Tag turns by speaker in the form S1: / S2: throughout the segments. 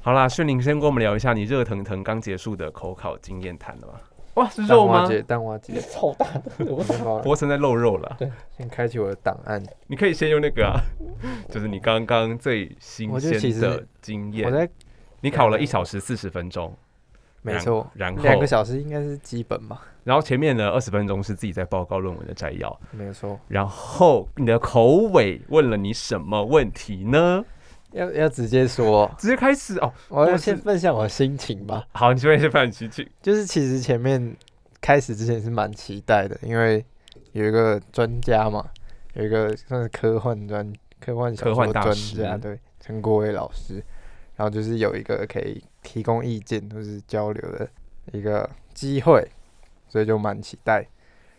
S1: 好啦，炫宁先跟我们聊一下你热腾腾刚结束的口考经验谈了吧？
S2: 哇，是
S3: 蛋
S2: 肉
S3: 花
S2: 吗？
S3: 姐，蛋花 姐，
S2: 超大的，我
S3: 蛋 花
S1: 博成在露肉 了，
S3: 啊先开启我的档案。
S1: 你可以先用那个啊， 就是你刚刚最新
S3: 我就其
S1: 鲜
S3: 实
S1: 的经
S3: 我
S1: 验。
S3: 在
S1: 你考了一小时四十分钟，
S3: 没
S1: 然
S3: 错，
S1: 然后
S3: 两个小时应该是基本吧？
S1: 然后前面的二十分钟是自己在报告论文的摘要，
S3: 没错，
S1: 然后你的口尾问了你什么问题呢？
S3: 要要直接说，
S1: 直接开始哦，
S3: 我要
S1: 我是
S3: 先分享我的心情吧。
S1: 好，你这边先放你去去，
S3: 就是其实前面开始之前是蛮期待的，因为有一个专家嘛，有一个算是科幻专科幻小
S1: 科幻
S3: 说
S1: 大
S3: 专
S1: 师
S3: 家，对陈国伟老师，然后就是有一个可以提供意见或是交流的一个机会，所以就蛮期待。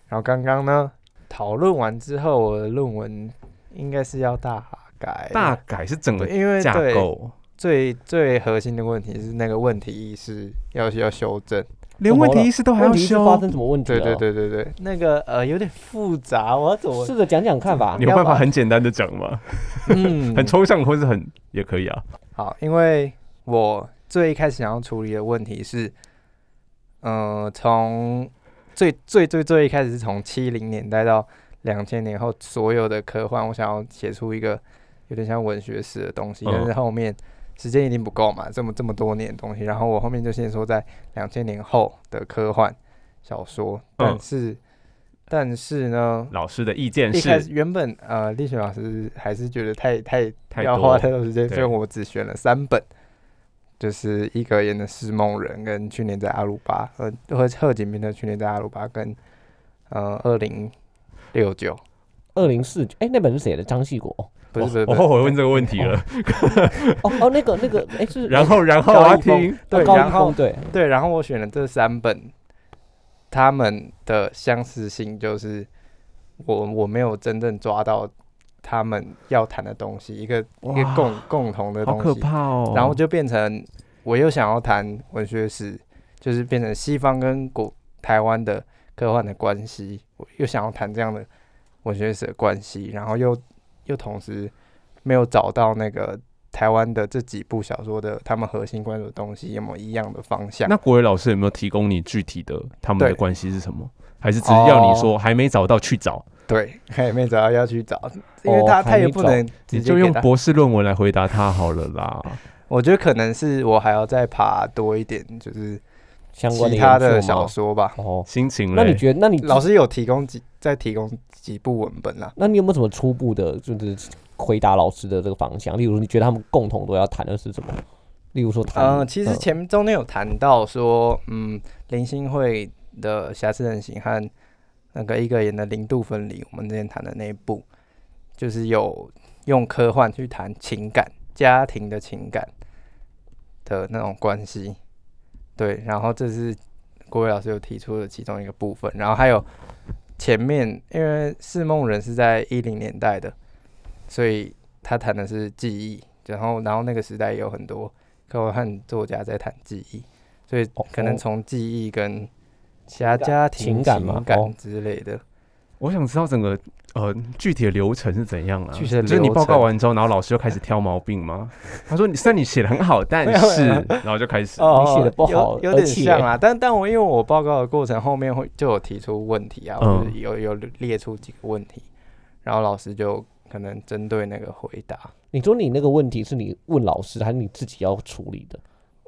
S3: 然后刚刚呢，讨论完之后，我的论文应该是要大改，
S1: 大概是整个
S3: 对因为
S1: 架
S3: 对
S1: 构，
S3: 最最核心的问题是那个问题意识要要修正。
S1: 连问题意识都哦还要
S2: 问题是发
S1: 修，
S2: 生什么问题？啊
S3: 对对，对对对，那个呃有点复杂，我要怎么？
S2: 试着讲讲看吧
S1: 你。有办法很简单的讲吗？
S3: 嗯
S1: 很抽象或是很也可以啊。
S3: 好，因为我最一开始想要处理的问题是，呃，从最最最最一开始是从七零年代到两千年后所有的科幻，我想要写出一个有点像文学史的东西，
S1: 嗯
S3: 但是后面时间已经不够嘛，这么这么多年的东西，然后我后面就先说在两千年后的科幻小说，
S1: 嗯
S3: 但是、但是呢，
S1: 老师的意见
S3: 一开始
S1: 是
S3: 原本呃，立雪老师还是觉得太太
S1: 太
S3: 要花
S1: 多
S3: 太多时间，
S1: 对
S3: 所以我只选了三本，就是伊格言的《释梦人》跟去年在阿鲁巴，呃，和贺锦斌的去年在阿鲁巴跟呃二零六九，
S2: 二零四九，哎，那本是谁的？张系国。
S3: 不是不是不
S1: 哦我
S3: 是，
S1: 后悔问这个问题了。
S2: 哦 哦，那个那个，哎，是
S1: 然后，然后
S3: 高
S1: 我要
S3: 一峰
S1: 听，
S3: 对，
S2: 高
S3: 然
S2: 一
S3: 后
S2: 峰对，
S3: 对，然后我选了这三本，他们的相似性就是我我没有真正抓到他们要谈的东西，一个一个
S1: 哇
S3: 共共同的
S1: 好
S3: 东
S1: 可
S3: 西，
S1: 怕哦。
S3: 然后就变成我又想要谈文学史，就是变成西方跟国台湾的科幻的关系，我又想要谈这样的文学史的关系，然后又又同时没有找到那个台湾的这几部小说的他们核心关注的东西有没有一样的方向。
S1: 那国伟老师有没有提供你具体的他们的
S3: 对
S1: 关系是什么？还是只是要你
S3: 哦
S1: 说还没找到去找？
S3: 对，还没找到要去找，因为他、
S2: 哦
S3: 他也
S2: 还没
S3: 不
S2: 找
S3: 能直
S1: 你
S3: 接
S1: 就
S3: 给
S1: 用
S3: 他
S1: 博士论文来回答他好了啦。
S3: 我觉得可能是我还要再爬多一点，就是
S2: 相关
S3: 其他的
S2: 元素吗
S3: 小说吧。
S2: 哦。
S1: 心情
S2: 那你
S1: 嘞？
S2: 觉得，那你
S3: 老师有提供几再提供几部文本啦，
S2: 那你有没有什么初步的，就是回答老师的这个方向？例如，你觉得他们共同都要谈的是什么？例如说谈，
S3: 嗯、其实前面中间有谈到说，嗯，林星慧的《瑕疵人形》和那个一个人的零度分离，我们之前谈的那一部，就是有用科幻去谈情感、家庭的情感的那种关系。对，然后这是郭伟老师有提出的其中一个部分，然后还有前面因为《释梦人》是在一零年代的，所以他谈的是记忆，然后然后那个时代有很多科幻作家在谈记忆，所以
S2: 哦
S3: 可能
S2: 哦
S3: 从记忆跟其
S2: 情
S3: 他
S2: 感
S3: 家庭
S2: 情感嘛哦
S3: 之类的，
S1: 我想知道整个呃具体的流程是怎样啊？
S3: 具体的
S1: 就是你
S3: 流
S1: 报告
S3: 程
S1: 完之后，然后老师就开始挑毛病吗？他说你虽然你写的很好，但是然后就开
S3: 哦
S1: 始
S2: 你写得不好
S3: 有
S2: 而
S3: 有点
S2: 且
S3: 像啊。但但我因为我报告的过程后面会就有提出问题啊，
S1: 嗯
S3: 我就是有有列出几个问题，然后老师就可能针对那个回答。
S2: 你说你那个问题是你问老师，还是你自己要处理的？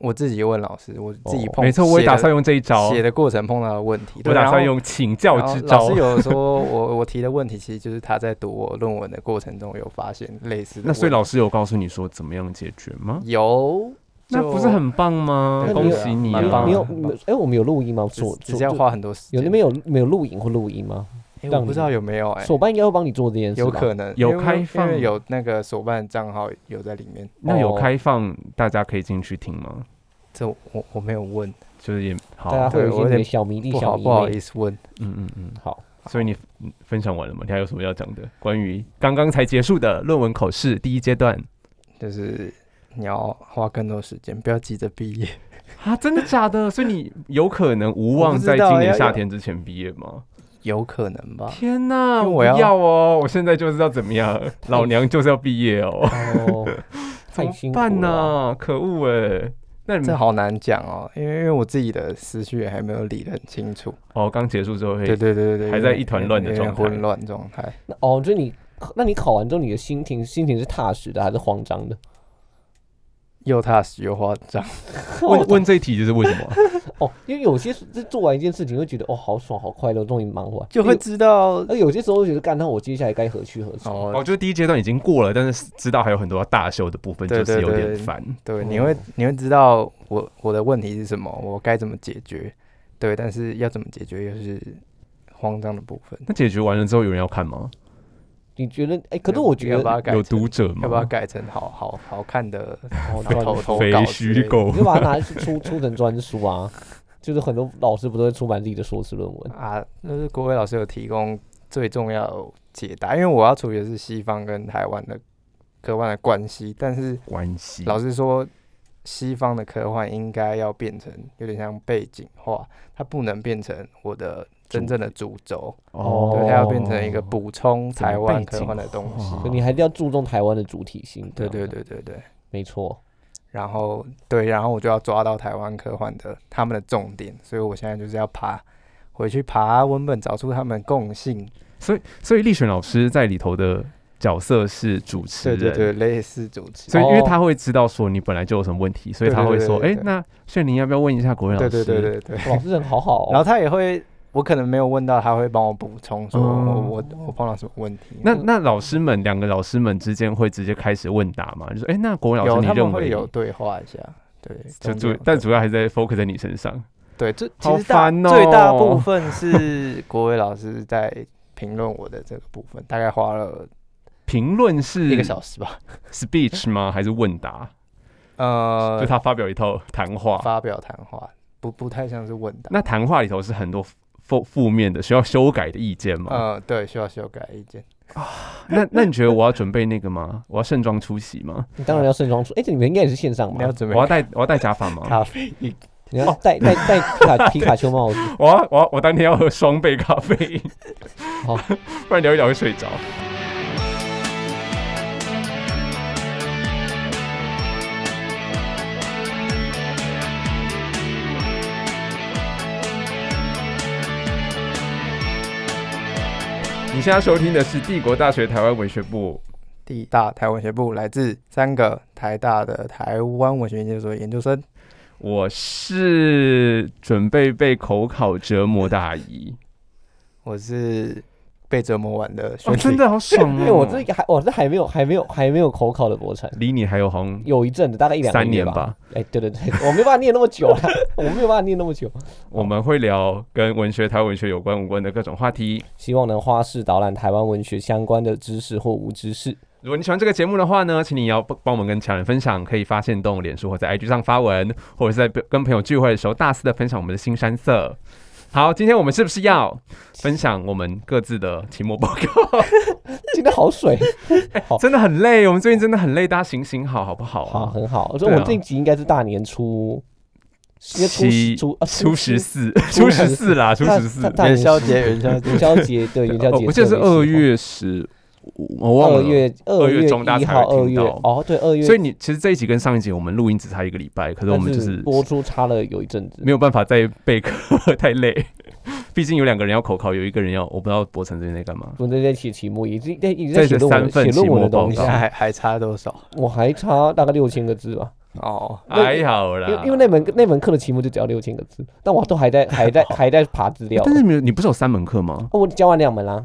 S3: 我自己问老师，我自己
S2: 哦
S3: 碰，
S1: 没错，我也打算
S3: 用
S1: 用这一招
S3: 写，的过程碰到的问题，
S1: 我
S3: 对
S1: 打
S3: 然
S1: 算
S3: 后
S1: 用请教
S3: 然后
S1: 之
S3: 老
S1: 招
S3: 师。有说我 我提的问题，其实就是他在读我论文的过程中有发现类似的问题。
S1: 那所以老师有告诉你说怎么样解决吗？
S3: 有，
S1: 那不是
S3: 就
S1: 很棒吗？
S3: 对
S1: 恭
S2: 对啊
S1: 喜你
S3: 蛮
S1: 啊
S3: 棒！
S2: 你
S3: 的
S2: 有你有？哎，我们有录音吗？
S3: 只
S2: 左
S3: 只
S2: 左
S3: 是要花很多时间。
S2: 有那边有没有录影或录音吗？
S3: 诶
S2: 让
S3: 我不
S2: 你
S3: 知道有没有哎、
S2: 手办应该会帮你做这件事吧，
S3: 有可能
S1: 有
S3: 因为
S1: 开
S3: 因
S1: 放
S3: 为有那个手办账号有在里面，
S1: 那有
S2: 哦
S1: 开放大家可以进去听吗？
S3: 这我我没有问，
S1: 就是也好
S2: 大，家哦会有
S3: 对我有
S2: 一些
S3: 点
S2: 小迷弟、
S3: 不
S2: 小
S3: 好
S2: 迷
S3: 不好
S2: 妹。
S3: 意思问。
S1: 嗯嗯嗯。
S2: 好，
S1: 所以你嗯分享完了吗？你还有什么要讲的？关于刚刚才结束的论文口试第一阶段
S3: 就是你要花更多时间，不要急着毕业。
S1: 啊，真的假的？所以你有可能无望
S3: 我不知
S1: 在
S3: 道
S1: 今年
S3: 要
S1: 夏天之前毕业吗？
S3: 有可能吧？
S1: 天哪，
S3: 因为
S1: 我
S3: 我
S1: 不
S3: 要
S1: 要哦！我现在就知道怎么样，老娘就是要毕业哦。
S2: 哦， 太
S1: 怎么
S2: 辛苦
S1: 办
S2: 了啊。
S1: 呐、可恶哎、那你
S3: 这
S1: 们
S3: 好难讲哦，因为因为我自己的思绪也还没有理得很清楚。
S1: 哦，刚结束之后会
S3: 对对对对对，
S1: 还
S3: 有
S1: 在
S3: 点
S1: 一团乱的
S3: 有点
S1: 状态
S3: 混乱状态。
S2: 那哦，就你，那你考完之后，你的心情心情是踏实的还是慌张的？
S3: 又踏实又慌张，
S1: 问问这一题就是为什么 啊、
S2: 哦，因为有些时这做完一件事情，会觉得哦，好爽，好快乐，终于忙完，
S3: 就会
S2: 因为。
S3: 知道
S2: 而有些时候会觉得，干，那我接下来该何去何从？
S1: 哦，
S3: 哦，
S1: 就是第一阶段已经过了，但是知道还有很多要大修的部分，
S3: 对
S1: 就是有
S3: 对
S1: 点
S3: 对
S1: 烦。
S3: 对，
S2: 哦
S3: 你会你会知道我我的问题是什么，我该怎么解决，对，但是要怎么解决又是慌张的部分。
S1: 那解决完了之后，有人要看吗？
S2: 你觉得？哎、可是
S3: 要
S2: 我觉
S3: 要把
S2: 得，
S3: 它改
S1: 有
S3: 成，
S1: 读者吗？
S3: 要把它改成好好好看的
S2: 哦，对啊
S3: 投投
S1: 非
S3: 稿之类
S1: 虚
S3: 的
S1: 构
S2: 你就把它拿去出出成专书啊。就是很多老师不都会出版自己的硕士论文？
S3: 啊，那是国伟老师有提供最重要的解答，因为我要处理的是西方跟台湾的科幻的关系，但是
S1: 关系。
S3: 老实说，西方的科幻应该要变成有点像背景化，它不能变成我的真正的主轴，
S1: 哦，
S3: 对，它要变成一个补充
S1: 怎么
S3: 台湾
S1: 背
S3: 科
S1: 景
S3: 幻的东西
S1: 化。
S2: 所以你还是要注重台湾的主体性。
S3: 对
S2: 这
S3: 对
S2: 样，
S3: 对对对，
S2: 没错。
S3: 然后对，然后我就要抓到台湾科幻的他们的重点，所以我现在就是要爬回去爬文本，找出他们共性。
S1: 所以，所以立选老师在里头的角色是主持
S3: 对
S1: 人，
S3: 对对，类似主持
S1: 所以因为
S2: 哦
S1: 他会知道说你本来就有什么问题，所以
S3: 对
S1: 他
S3: 对
S1: 会
S3: 对
S1: 说，
S3: 对
S1: 哎、
S3: 对
S1: 那炫玲要不要问一下国文老
S3: 对
S1: 师？
S3: 对对对对。
S2: 老师人好好、哦。
S3: 然后他也会，我可能没有问到，他会帮我补充说
S1: 嗯
S3: 我我我碰到什么问题。
S1: 那那老师们两个老师们之间会直接开始问答嘛？就说，哎、那国文老
S3: 有
S1: 师你
S3: 他
S1: 认
S3: 们会
S1: 为
S3: 有对话一下，对，
S1: 就
S3: 中间
S1: 主
S3: 有，
S1: 但
S3: 对
S1: 主要还是在 focus 在你身上。
S3: 对，这其
S1: 好
S3: 实大
S1: 烦哦
S3: 最大部分是国伟老师在评论我的这个部分，大概花了
S1: 评论是
S3: 一个小时吧。
S1: speech 吗？还是问答？
S3: 呃
S1: 就，他发表一套谈话，
S3: 发表谈话不不太像是问答，
S1: 那谈话里头是很多负负面的需要修改的意见吗？
S3: 呃，对，需要修改意见。
S1: 那那你觉得我要准备那个吗？我要盛装出席 吗？
S2: 你当然要盛装出，哎、这你们应该也是线上
S3: 你要
S2: 吧？
S3: 准
S1: 我啊要
S3: 备
S1: 戴我要戴假发 吗？
S3: 咖啡因，
S2: 你要戴戴戴皮 卡皮卡丘帽子，
S1: 我要我要我当天要喝双倍咖啡因，
S2: 好，
S1: 不然聊一聊会睡着。你现在收听的是帝国大学台湾文学部，
S3: 地大台文学部来自三个台大的台湾文学研究所研究生，
S1: 我是准备被口考折磨的阿姨，
S3: 我是被折磨完的学
S1: 哦、真的好爽
S2: 因
S1: 哦！
S2: 为哎我这还我这还没有还没有还没有口考的国产，
S1: 离你还有好像
S2: 有一阵子大概一两个
S1: 三
S2: 月
S1: 年吧。
S2: 哎、对对对， 我没办法念那么久了，啊我没有办法念那么久。
S1: 我们会聊跟文学、台湾文学有关无关的各种话题。
S2: 希望能花式导览台湾文学相关的知识或无知识。
S1: 如果你喜欢这个节目的话呢，请你要帮帮我们跟其他人分享，可以发现动脸书或在 IG 上发文，或者是在跟朋友聚会的时候大肆的分享我们的新山色。好，今天我们是不是要分享我们各自的期末报 告？
S2: 今天好水，
S1: 真的很累，我们最近真的很累，大家行行好，好不好
S2: 好，
S1: 啊？
S2: 很好。所
S1: 对啊
S2: 以我们这一集应该是大年初，应该初
S1: 七
S2: 初啊
S1: 初十四，初
S2: 初
S1: 十
S2: 十
S1: 四啦，初
S2: 大
S1: 十四
S2: 大。大
S3: 元
S2: 年
S3: 宵
S2: 十
S3: 节，元宵节
S2: 元宵节对元宵
S1: 哦
S2: 节，
S1: 我记得是二。月十五，我忘了。
S2: 二月
S1: 二
S2: 二
S1: 月
S2: 月
S1: 中大家
S2: 一
S1: 才
S2: 号，
S1: 会
S2: 二
S1: 听
S2: 月
S1: 到
S2: 哦，对，二月，
S1: 所以你其实这一集跟上一集我们录音只差一个礼拜，可是我们
S2: 但
S1: 就是是
S2: 播出差了有一阵子
S1: 没，有办法再备课， 太累。毕竟有两个人要口考，有一个人要我不知道博成最近在干嘛。
S2: 我们在写题目，已经在已经
S1: 这是
S2: 在写论
S1: 三
S2: 文
S1: 份
S2: 写论文的
S1: 期末报
S2: 东
S3: 你
S2: 西
S3: 现，在还还差多少？
S2: 我还差大概六千个字吧，
S3: 哦，
S2: 那
S1: 还好
S2: 因
S1: 啦，
S2: 为因为那门那门课的题目就只要六千个字，但我都还在还在还在爬资 料，
S1: 但是你们你不是有三门课吗？
S2: 哦我交完两门啦，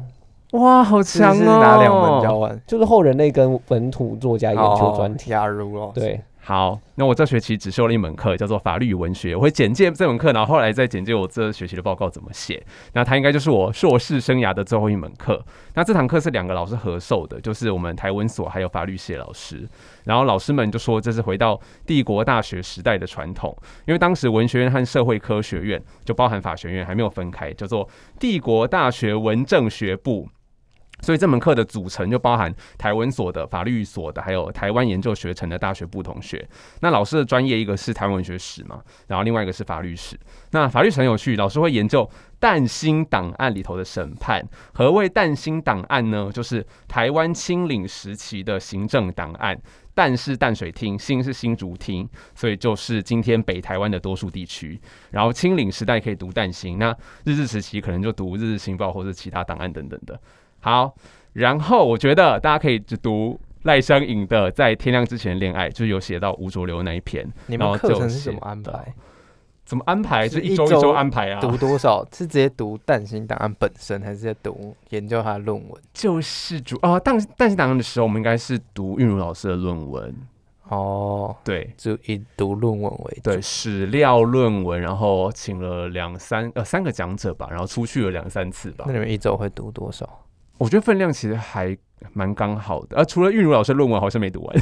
S1: 哇，好
S3: 是不
S1: 强
S3: 是
S1: 哦！
S3: 拿两本交完，
S2: 就是后人类跟本土作家研究专题，
S3: 加入哦，，
S2: 对，
S1: 好，那我这学期只修了一门课，叫做法律与文学。我会简介这门课，然后后来再简介我这学期的报告怎么写。那它应该就是我硕士生涯的最后一门课。那这堂课是两个老师合授的，就是我们台文所还有法律系的老师。然后老师们就说这是回到帝国大学时代的传统，因为当时文学院和社会科学院就包含法学院还没有分开，叫做帝国大学文政学部。所以这门课的组成就包含台文所的、法律所的，还有台湾研究学程的大学部同学。那老师的专业一个是台湾文学史嘛，然后另外一个是法律史。那法律史很有趣，老师会研究淡星档案里头的审判。何谓淡星档案呢？就是台湾清领时期的行政档案。淡是淡水厅，新是新竹厅，所以就是今天北台湾的多数地区。然后清领时代可以读淡星，那日治时期可能就读日日新报或是其他档案等等的。好，然后我觉得大家可以只读赖香盈的《在天亮之前恋爱》，就是有写到吴浊流那一篇。
S3: 你
S1: 然后
S3: 们课
S1: 就
S3: 程是怎
S1: 写
S3: 么啊安
S1: 到
S3: 排？
S1: 怎么安排？就是一
S3: 一
S1: 周一
S3: 周
S1: 周安排啊，
S3: 读多少？是直接读蛋形档案本身，还是在读研究他的论文？
S1: 就是主啊，但但是档案的时候，我们应该是读韵如老师的论文，
S3: 哦，
S1: 对
S3: 就以读论文为主。
S1: 对，史料论文，然后请了两三呃三个讲者吧，然后出去了两三次吧
S3: 那。你们一周会读多少？
S1: 我觉得分量其实还蛮刚好的，呃，除了韵如老师的论文好像没读 完，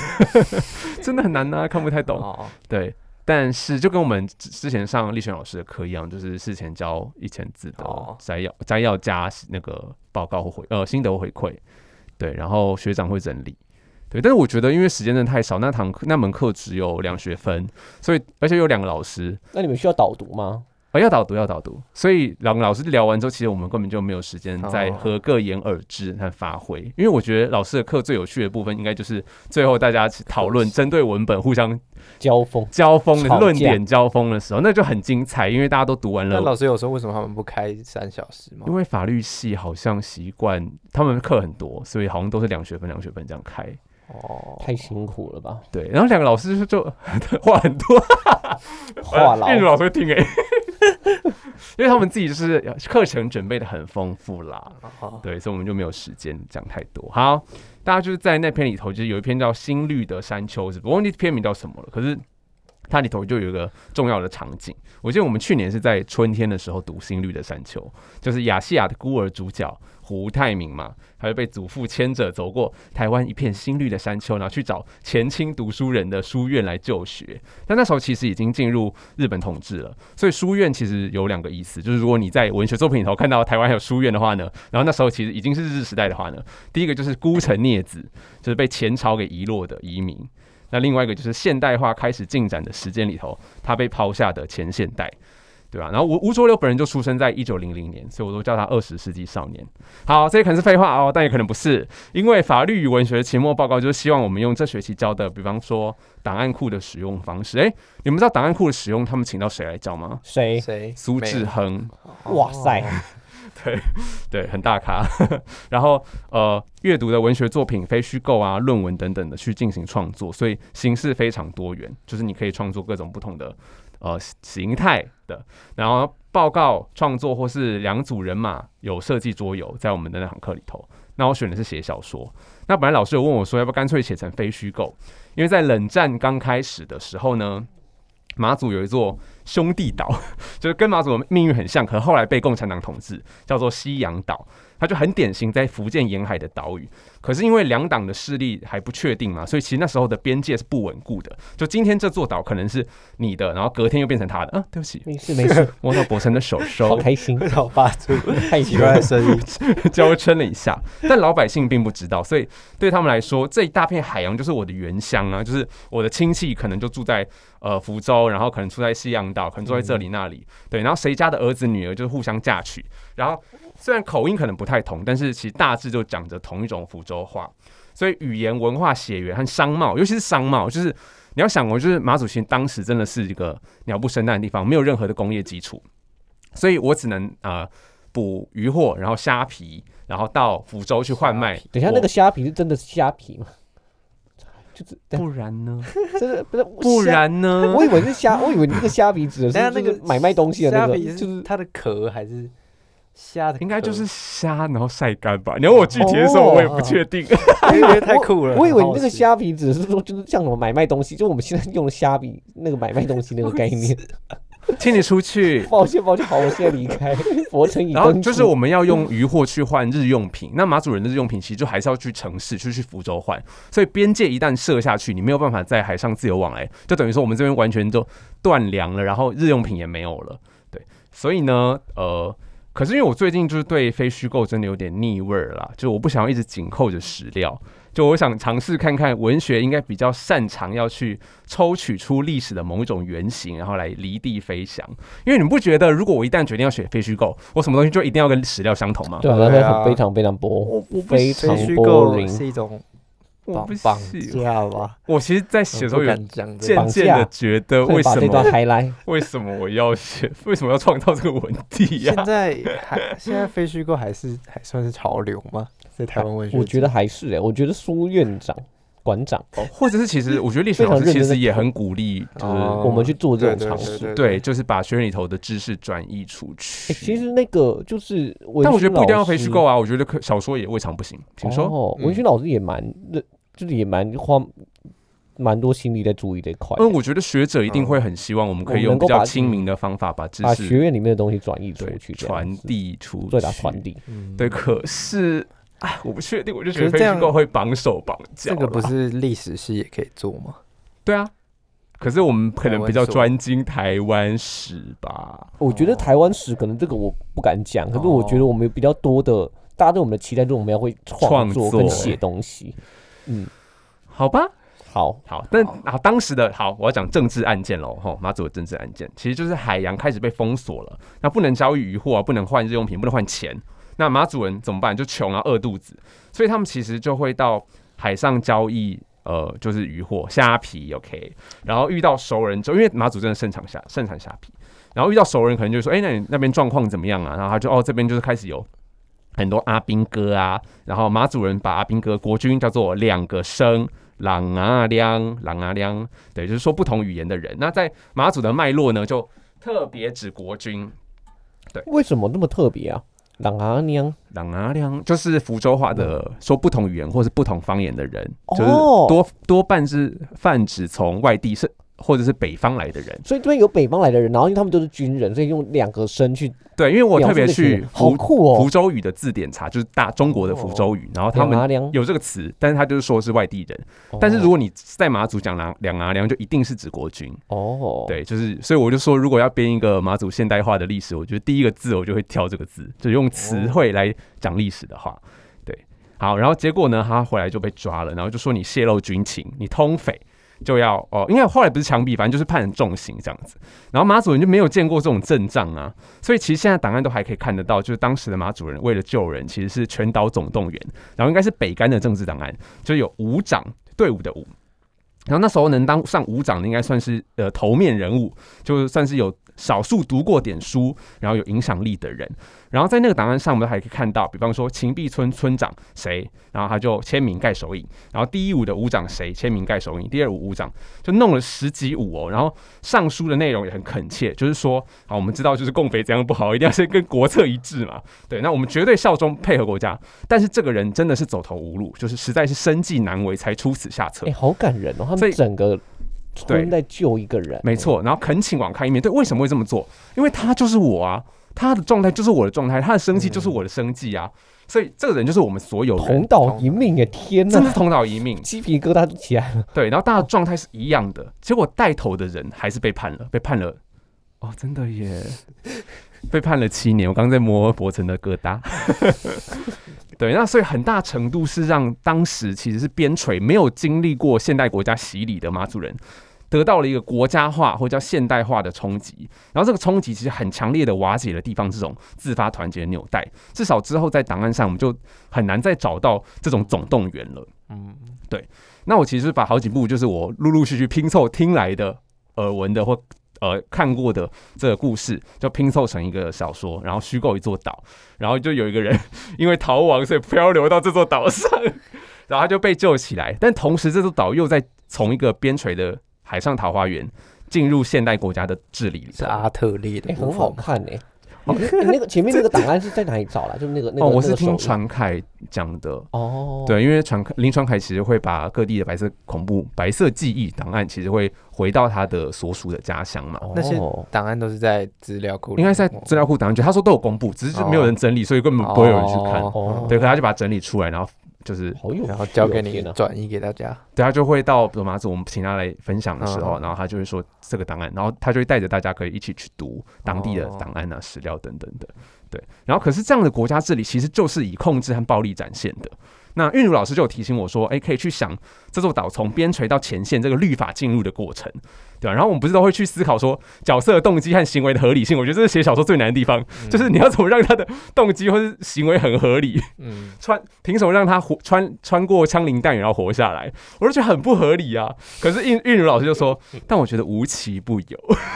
S1: 真的很难啊，看不太懂。
S3: 哦，
S1: 对，但是就跟我们之之前上立选老师的课一样，就是事前交一千字的
S3: 哦
S1: 摘要，摘要加那个报告或回呃心得回馈，对，然后学长会整理。对，但是我觉得因为时间真的太少，那堂课那门课只有两学分，所以而且有两个老师，
S2: 那你们需要导读吗？
S1: 呃，要导读要导读，所以两个老师聊完之后，其实我们根本就没有时间再
S3: 哦
S1: 合各言而志和发挥，因为我觉得老师的课最有趣的部分，应该就是最后大家讨 论针对文本互相
S2: 交锋
S1: 交锋的
S2: 吵架
S1: 论点交锋的时候，那就很精彩，因为大家都读完
S3: 那
S1: 了。
S3: 老师有说为什么他们不开三小时吗
S1: 因？为法律系好像习惯他们课很多，所以好像都是两学分两学分这样开。
S3: 哦，
S2: 太辛苦了吧？
S1: 对，然后两个老师就就话很多，
S2: 话痨
S1: 运动老师会听哎、因为他们自己就是课程准备的很丰富啦。
S3: 哦
S1: 对，所以我们就没有时间讲太多。好，大家就是在那篇里头，就是有一篇叫《新绿的山丘》，是不我忘记篇名叫什么了，可是它里头就有一个重要的场景。我记得我们去年是在春天的时候读《新绿的山丘》，就是亚细亚的孤儿主角胡泰明嘛，他就被祖父牵着走过台湾一片新绿的山丘，然后去找前清读书人的书院来就学。但那时候其实已经进入日本统治了，所以书院其实有两个意思，就是如果你在文学作品里头看到台湾还有书院的话呢，然后那时候其实已经是日治时代的话呢，第一个就是孤城孽子，就是被前朝给遗落的移民；那另外一个就是现代化开始进展的时间里头，他被抛下的前现代。对吧？然后吴吴浊流本人就出生在一九零零年，所以我都叫他二十世纪少年。好，这也可能是废话哦，但也可能不是，因为法律与文学的期末报告就是希望我们用这学期教的，比方说档案库的使用方式。诶，你们知道档案库的使用，他们请到谁来教吗？
S2: 谁？
S3: 谁？
S1: 苏
S3: 没有
S1: 志恒，
S2: 哇塞，
S1: 哦对，很大咖。 然后呃，阅读的文学作品、非虚构啊、论文等等的去进行创作，所以形式非常多元，就是你可以创作各种不同的呃形态的。然后报告创作或是两组人马有设计桌游，在我们的那堂课里头。那我选的是写小说。那本来老师有问我说，要不要干脆写成非虚构？因为在冷战刚开始的时候呢，马祖有一座兄弟岛，就是跟马祖的命运很像，可后来被共产党统治，叫做西洋岛。它就很典型在福建沿海的岛屿。可是因为两党的势力还不确定嘛，所以其实那时候的边界是不稳固的。就今天这座岛可能是你的，然后隔天又变成他的。啊，对不起，
S2: 没事 没事，
S1: 摸到博成的手
S2: 好
S1: 手，
S2: 开心，
S3: 老发出
S2: 太
S3: 奇
S2: 喜
S3: 怪
S2: 欢
S3: 的声音，
S1: 娇嗔了一下，但老百姓并不知道，所以对他们来说，这一大片海洋就是我的原乡啊，就是我的亲戚可能就住在呃福州，然后可能住在西洋岛，可能住在这里那里，对，然后谁家的儿子女儿就是互相嫁娶，然后虽然口音可能不太同，但是其实大致就讲着同一种福州话，所以语言、文化、血缘和商贸，尤其是商贸，就是你要想哦，就是马祖其实当时真的是一个鸟不生蛋的地方，没有任何的工业基础，所以我只能呃捕鱼货，然后虾皮，然后到福州去换卖
S3: 虾。
S2: 等一下
S1: 我
S2: 那个虾皮是真的是虾皮吗？ 就是
S1: 不然呢？
S2: 真的不是
S1: 不。
S2: 虾
S1: 然呢？
S2: 我以为是虾，我以为你那个虾皮指的是
S3: 等下
S2: 就
S3: 那
S2: 是
S3: 个
S2: 买卖东西的那
S3: 虾
S2: 个，
S3: 皮
S2: 就是
S3: 是它的壳还是虾的壳？
S1: 应该就是虾，然后晒干吧。你要我具体的时候，我也不确定。
S3: 因为太酷了。
S2: 我以为你
S3: 好
S2: 那个
S3: 好吃，
S2: 虾皮指的是说就是像什么买卖东西，就我们现在用的虾皮那个买卖东西那个概 念。
S1: 请你出去。
S2: 抱歉抱歉，好，我现在离开。 佛城已
S1: 然后
S2: 登
S1: 就是
S2: 出
S1: 我们要用渔货去换日用品，那马祖人的日用品其实就还是要去城市，就去福州换。所以边界一旦设下去，你没有办法在海上自由往来，就等于说我们这边完全就断粮了，然后日用品也没有了。对，所以呢，呃，可是因为我最近就是对非虚构真的有点腻味儿啦，就我不想要一直紧扣着史料，就我想尝试看看文学应该比较擅长要去抽取出历史的某一种原型，然后来离地飞翔。因为你不觉得，如果我一旦决定要写非虚构，我什么东西就一定要跟史料相同吗？
S2: 对啊，那
S3: 对啊
S2: 会非常非常薄，
S1: 我我不
S2: 非
S1: 信
S2: 常
S3: 非虚构
S2: boring
S3: 是一种
S1: 我不
S3: 绑
S1: 信。
S3: 架吧？
S1: 我其实，在写的时候
S3: 不
S1: 有
S3: 敢讲这
S1: 渐
S3: 个
S2: 绑
S1: 渐的
S2: 架
S1: 觉得，
S2: 快
S1: 为
S2: 把
S1: 什
S2: 这段
S1: 么
S2: 还来，
S1: 为什么我要写？为什么要创造这个文体啊呀、
S3: 现在还现在非虚构还是 还算是潮流吗？在台湾文学界，
S2: 我觉得还是哎、我觉得苏院长、馆长，
S1: 或者是其实我觉得历史
S2: 非常
S1: 老师
S2: 认
S1: 其
S2: 真
S1: 实
S2: 地
S1: 也
S2: 看
S1: 很鼓励，就是、
S3: 哦
S2: 我们去做
S3: 对
S2: 这种
S3: 对
S2: 尝
S3: 对对
S2: 试。
S1: 对，就是把学院里头的知识转移出去。
S2: 哎，其实那个就是文，
S1: 但我觉得不一定要非虚构。啊，我觉得可小说也未尝不行。请说，
S2: 哦，
S3: 嗯
S2: 文学老师也蛮认，就是也蛮花蛮多心力在注意这一块的，
S1: 嗯因为我觉得学者一定会很希望我们可以用比较亲民的方法把知
S2: 把学
S1: 识
S2: 院里面的东西转译出
S1: 对
S2: 去，这样
S1: 传
S2: 子，
S1: 递出
S2: 最
S1: 去
S2: 大。传递。
S3: 嗯
S1: 对，可是哎，我不确定，我就觉得
S3: 可
S1: 非
S3: 是这样
S1: 虚构会绑手绑脚
S3: 这
S1: 啦。
S3: 个不是历史系也可以做吗？
S1: 对啊。可是我们可能比较
S3: 台湾史
S1: 专精台湾史吧，
S2: 我觉得台湾史可能这个我不敢讲，可是
S1: 哦
S2: 我觉得我们有比较多的，大家对我们的期待就是我们要会创作
S1: 创作
S2: 跟写东西。嗯，
S1: 好吧？
S2: 好，
S1: 好，但啊，当时的好，我要讲政治案件喽，吼，马祖的政治案件，其实就是海洋开始被封锁了，那不能交易渔获啊，不能换日用品，不能换钱，那马祖人怎么办？就穷啊，饿肚子，所以他们其实就会到海上交易。呃，就是渔获虾皮，OK，然后遇到熟人之后，因为马祖真的盛产虾，盛产虾皮，然后遇到熟人可能就说，哎、那你那边状况怎么样啊？然后他就哦，这边就是开始有很多阿兵哥啊，然后马祖人把阿兵哥国军叫做两个生，朗啊亮，朗啊亮，对，就是说不同语言的人。那在马祖的脉络呢，就特别指国军，
S2: 为什么那么特别啊？朗阿娘
S1: 朗啊亮，就是福州话的说不同语言或是不同方言的人，
S2: 哦
S1: 就是多多半是泛指从外地是或者是北方来的人。
S2: 所以这边有北方来的人，然后因为他们都是军人，所以用两个声去
S1: 对，因为我
S2: 描
S1: 特
S2: 述
S1: 别
S2: 这群人
S1: 去
S2: 好
S1: 福
S2: 酷
S1: 福
S2: 哦，
S1: 州语的字典查，就是大中国的福州语，然后他
S2: 两
S1: 们
S2: 阿娘。
S1: 有这个词，但是他就是说是外地人。但是如
S2: 果
S1: 果你在马祖讲两两啊两，就一定是指国军。
S2: 哦，
S1: 对，就是，所以我就说，如果要编一个马祖现代化的历史，我觉得第一个字我就会挑这个字，就用词汇来讲历史的话，对，好，然后结果呢，他回来就被抓了，然后就说你泄露军情，你通匪。就要哦，因为后来不是枪毙，反正就是判重刑这样子。然后马祖人就没有见过这种阵仗啊，所以其实现在档案都还可以看得到，就是当时的马主人为了救人，其实是全岛总动员，然后应该是北干的政治档案，就是有武长队伍的武，然后那时候能当上武长的，应该算是呃头面人物，就是算是有少数读过点书，然后有影响力的人。然后在那个档案上，我们还可以看到，比方说秦壁村村长谁，然后他就签名盖手印。然后第一武的武长谁签名盖手印，第二武武长就弄了十几武哦。然后上书的内容也很恳切，就是说，好，我们知道就是共匪怎样不好，一定要先跟国策一致嘛。对，那我们绝对效忠配合国家。但是这个人真的是走投无路，就是实在是生计难为，才出此下策
S2: 哎、。好感人哦，他
S1: 所以
S2: 们整个
S1: 对
S2: 村在救一个人，
S1: 没错，然后恳请网开一面。对，为什么会这么做？因为他就是我啊，他的状态就是我的状态，他的生计就是我的生计啊，所以这个人就是我们所有
S2: 同
S1: 人，
S2: 岛一命哎，天
S1: 真的
S2: 呐，
S1: 是同岛一命。
S2: 鸡皮疙瘩都起来了。
S1: 对，然后大家的状态是一样的，结果带头的人还是被判了，被判了，哦，真的耶，被判了七年。我刚刚在摸薄城的疙瘩。 对，那所以很大程度是让当时其实是边陲没有经历过现代国家洗礼的马祖人，得到了一个国家化或叫现代化的冲击，然后这个冲击其实很强烈的瓦解了地方这种自发团结的纽带，至少之后在档案上我们就很难再找到这种总动员了。
S3: 嗯，
S1: 那我其实把好几部就是我陆陆续续拼凑听来的、耳闻的或呃看过的这个故事，就拼凑成一个小说，然后虚构一座岛，然后就有一个人因为逃亡，所以漂流到这座岛上， 然后他就被救起来。但同时，这座岛又在从一个边陲的海上桃花源进入现代国家的治理里
S3: 是
S1: 头。
S3: 阿特利的
S2: 哎、
S3: 部
S2: 很好
S3: 分吗，
S2: 看哎、你是你那个前面那个档案是在哪里找啦？啊就是那个那个
S1: 哦哦，我是
S2: 那个手
S1: 听
S2: 印
S1: 传凯讲的，
S2: 哦，，
S1: 对，因为传凯林传凯其实会把各地的白色恐怖、白色记忆档案，其实会回到他的所属的家乡嘛。
S3: 那些
S2: 哦、
S3: 档案都是在资料库
S1: 哎
S3: 里
S1: 应
S3: 面吗，
S1: 该是在资料库档案，就他说都有公布，只是就没有人整理，所以根本不会有人去看。
S3: 哦
S2: 哦
S1: 对，可他就把它整理出来，然后就是
S2: 好有趣哦，
S3: 然后交给你
S2: 天哪
S3: 转移给大家。
S1: 对他就会到比如马祖，我们请他来分享的时候，
S3: 嗯
S1: 然后他就会说这个档案，然后他就会带着大家可以一起去读当地的档案啊、史料等等的。对，然后可是这样的国家治理其实就是以控制和暴力展现的。那韵如老师就有提醒我说，哎、可以去想这座岛从边陲到前线这个律法进入的过程，对吧、啊然后我们不是都会去思考说角色的动机和行为的合理性，我觉得这是写小说最难的地方，就是你要怎么让他的动机或是行为很合理，
S2: 嗯，
S1: 穿凭什么让他活穿穿过枪林弹雨然后活下来？我就觉得很不合理啊。可是韵韵如老师就说，
S3: 嗯
S1: 但我觉得无奇不有，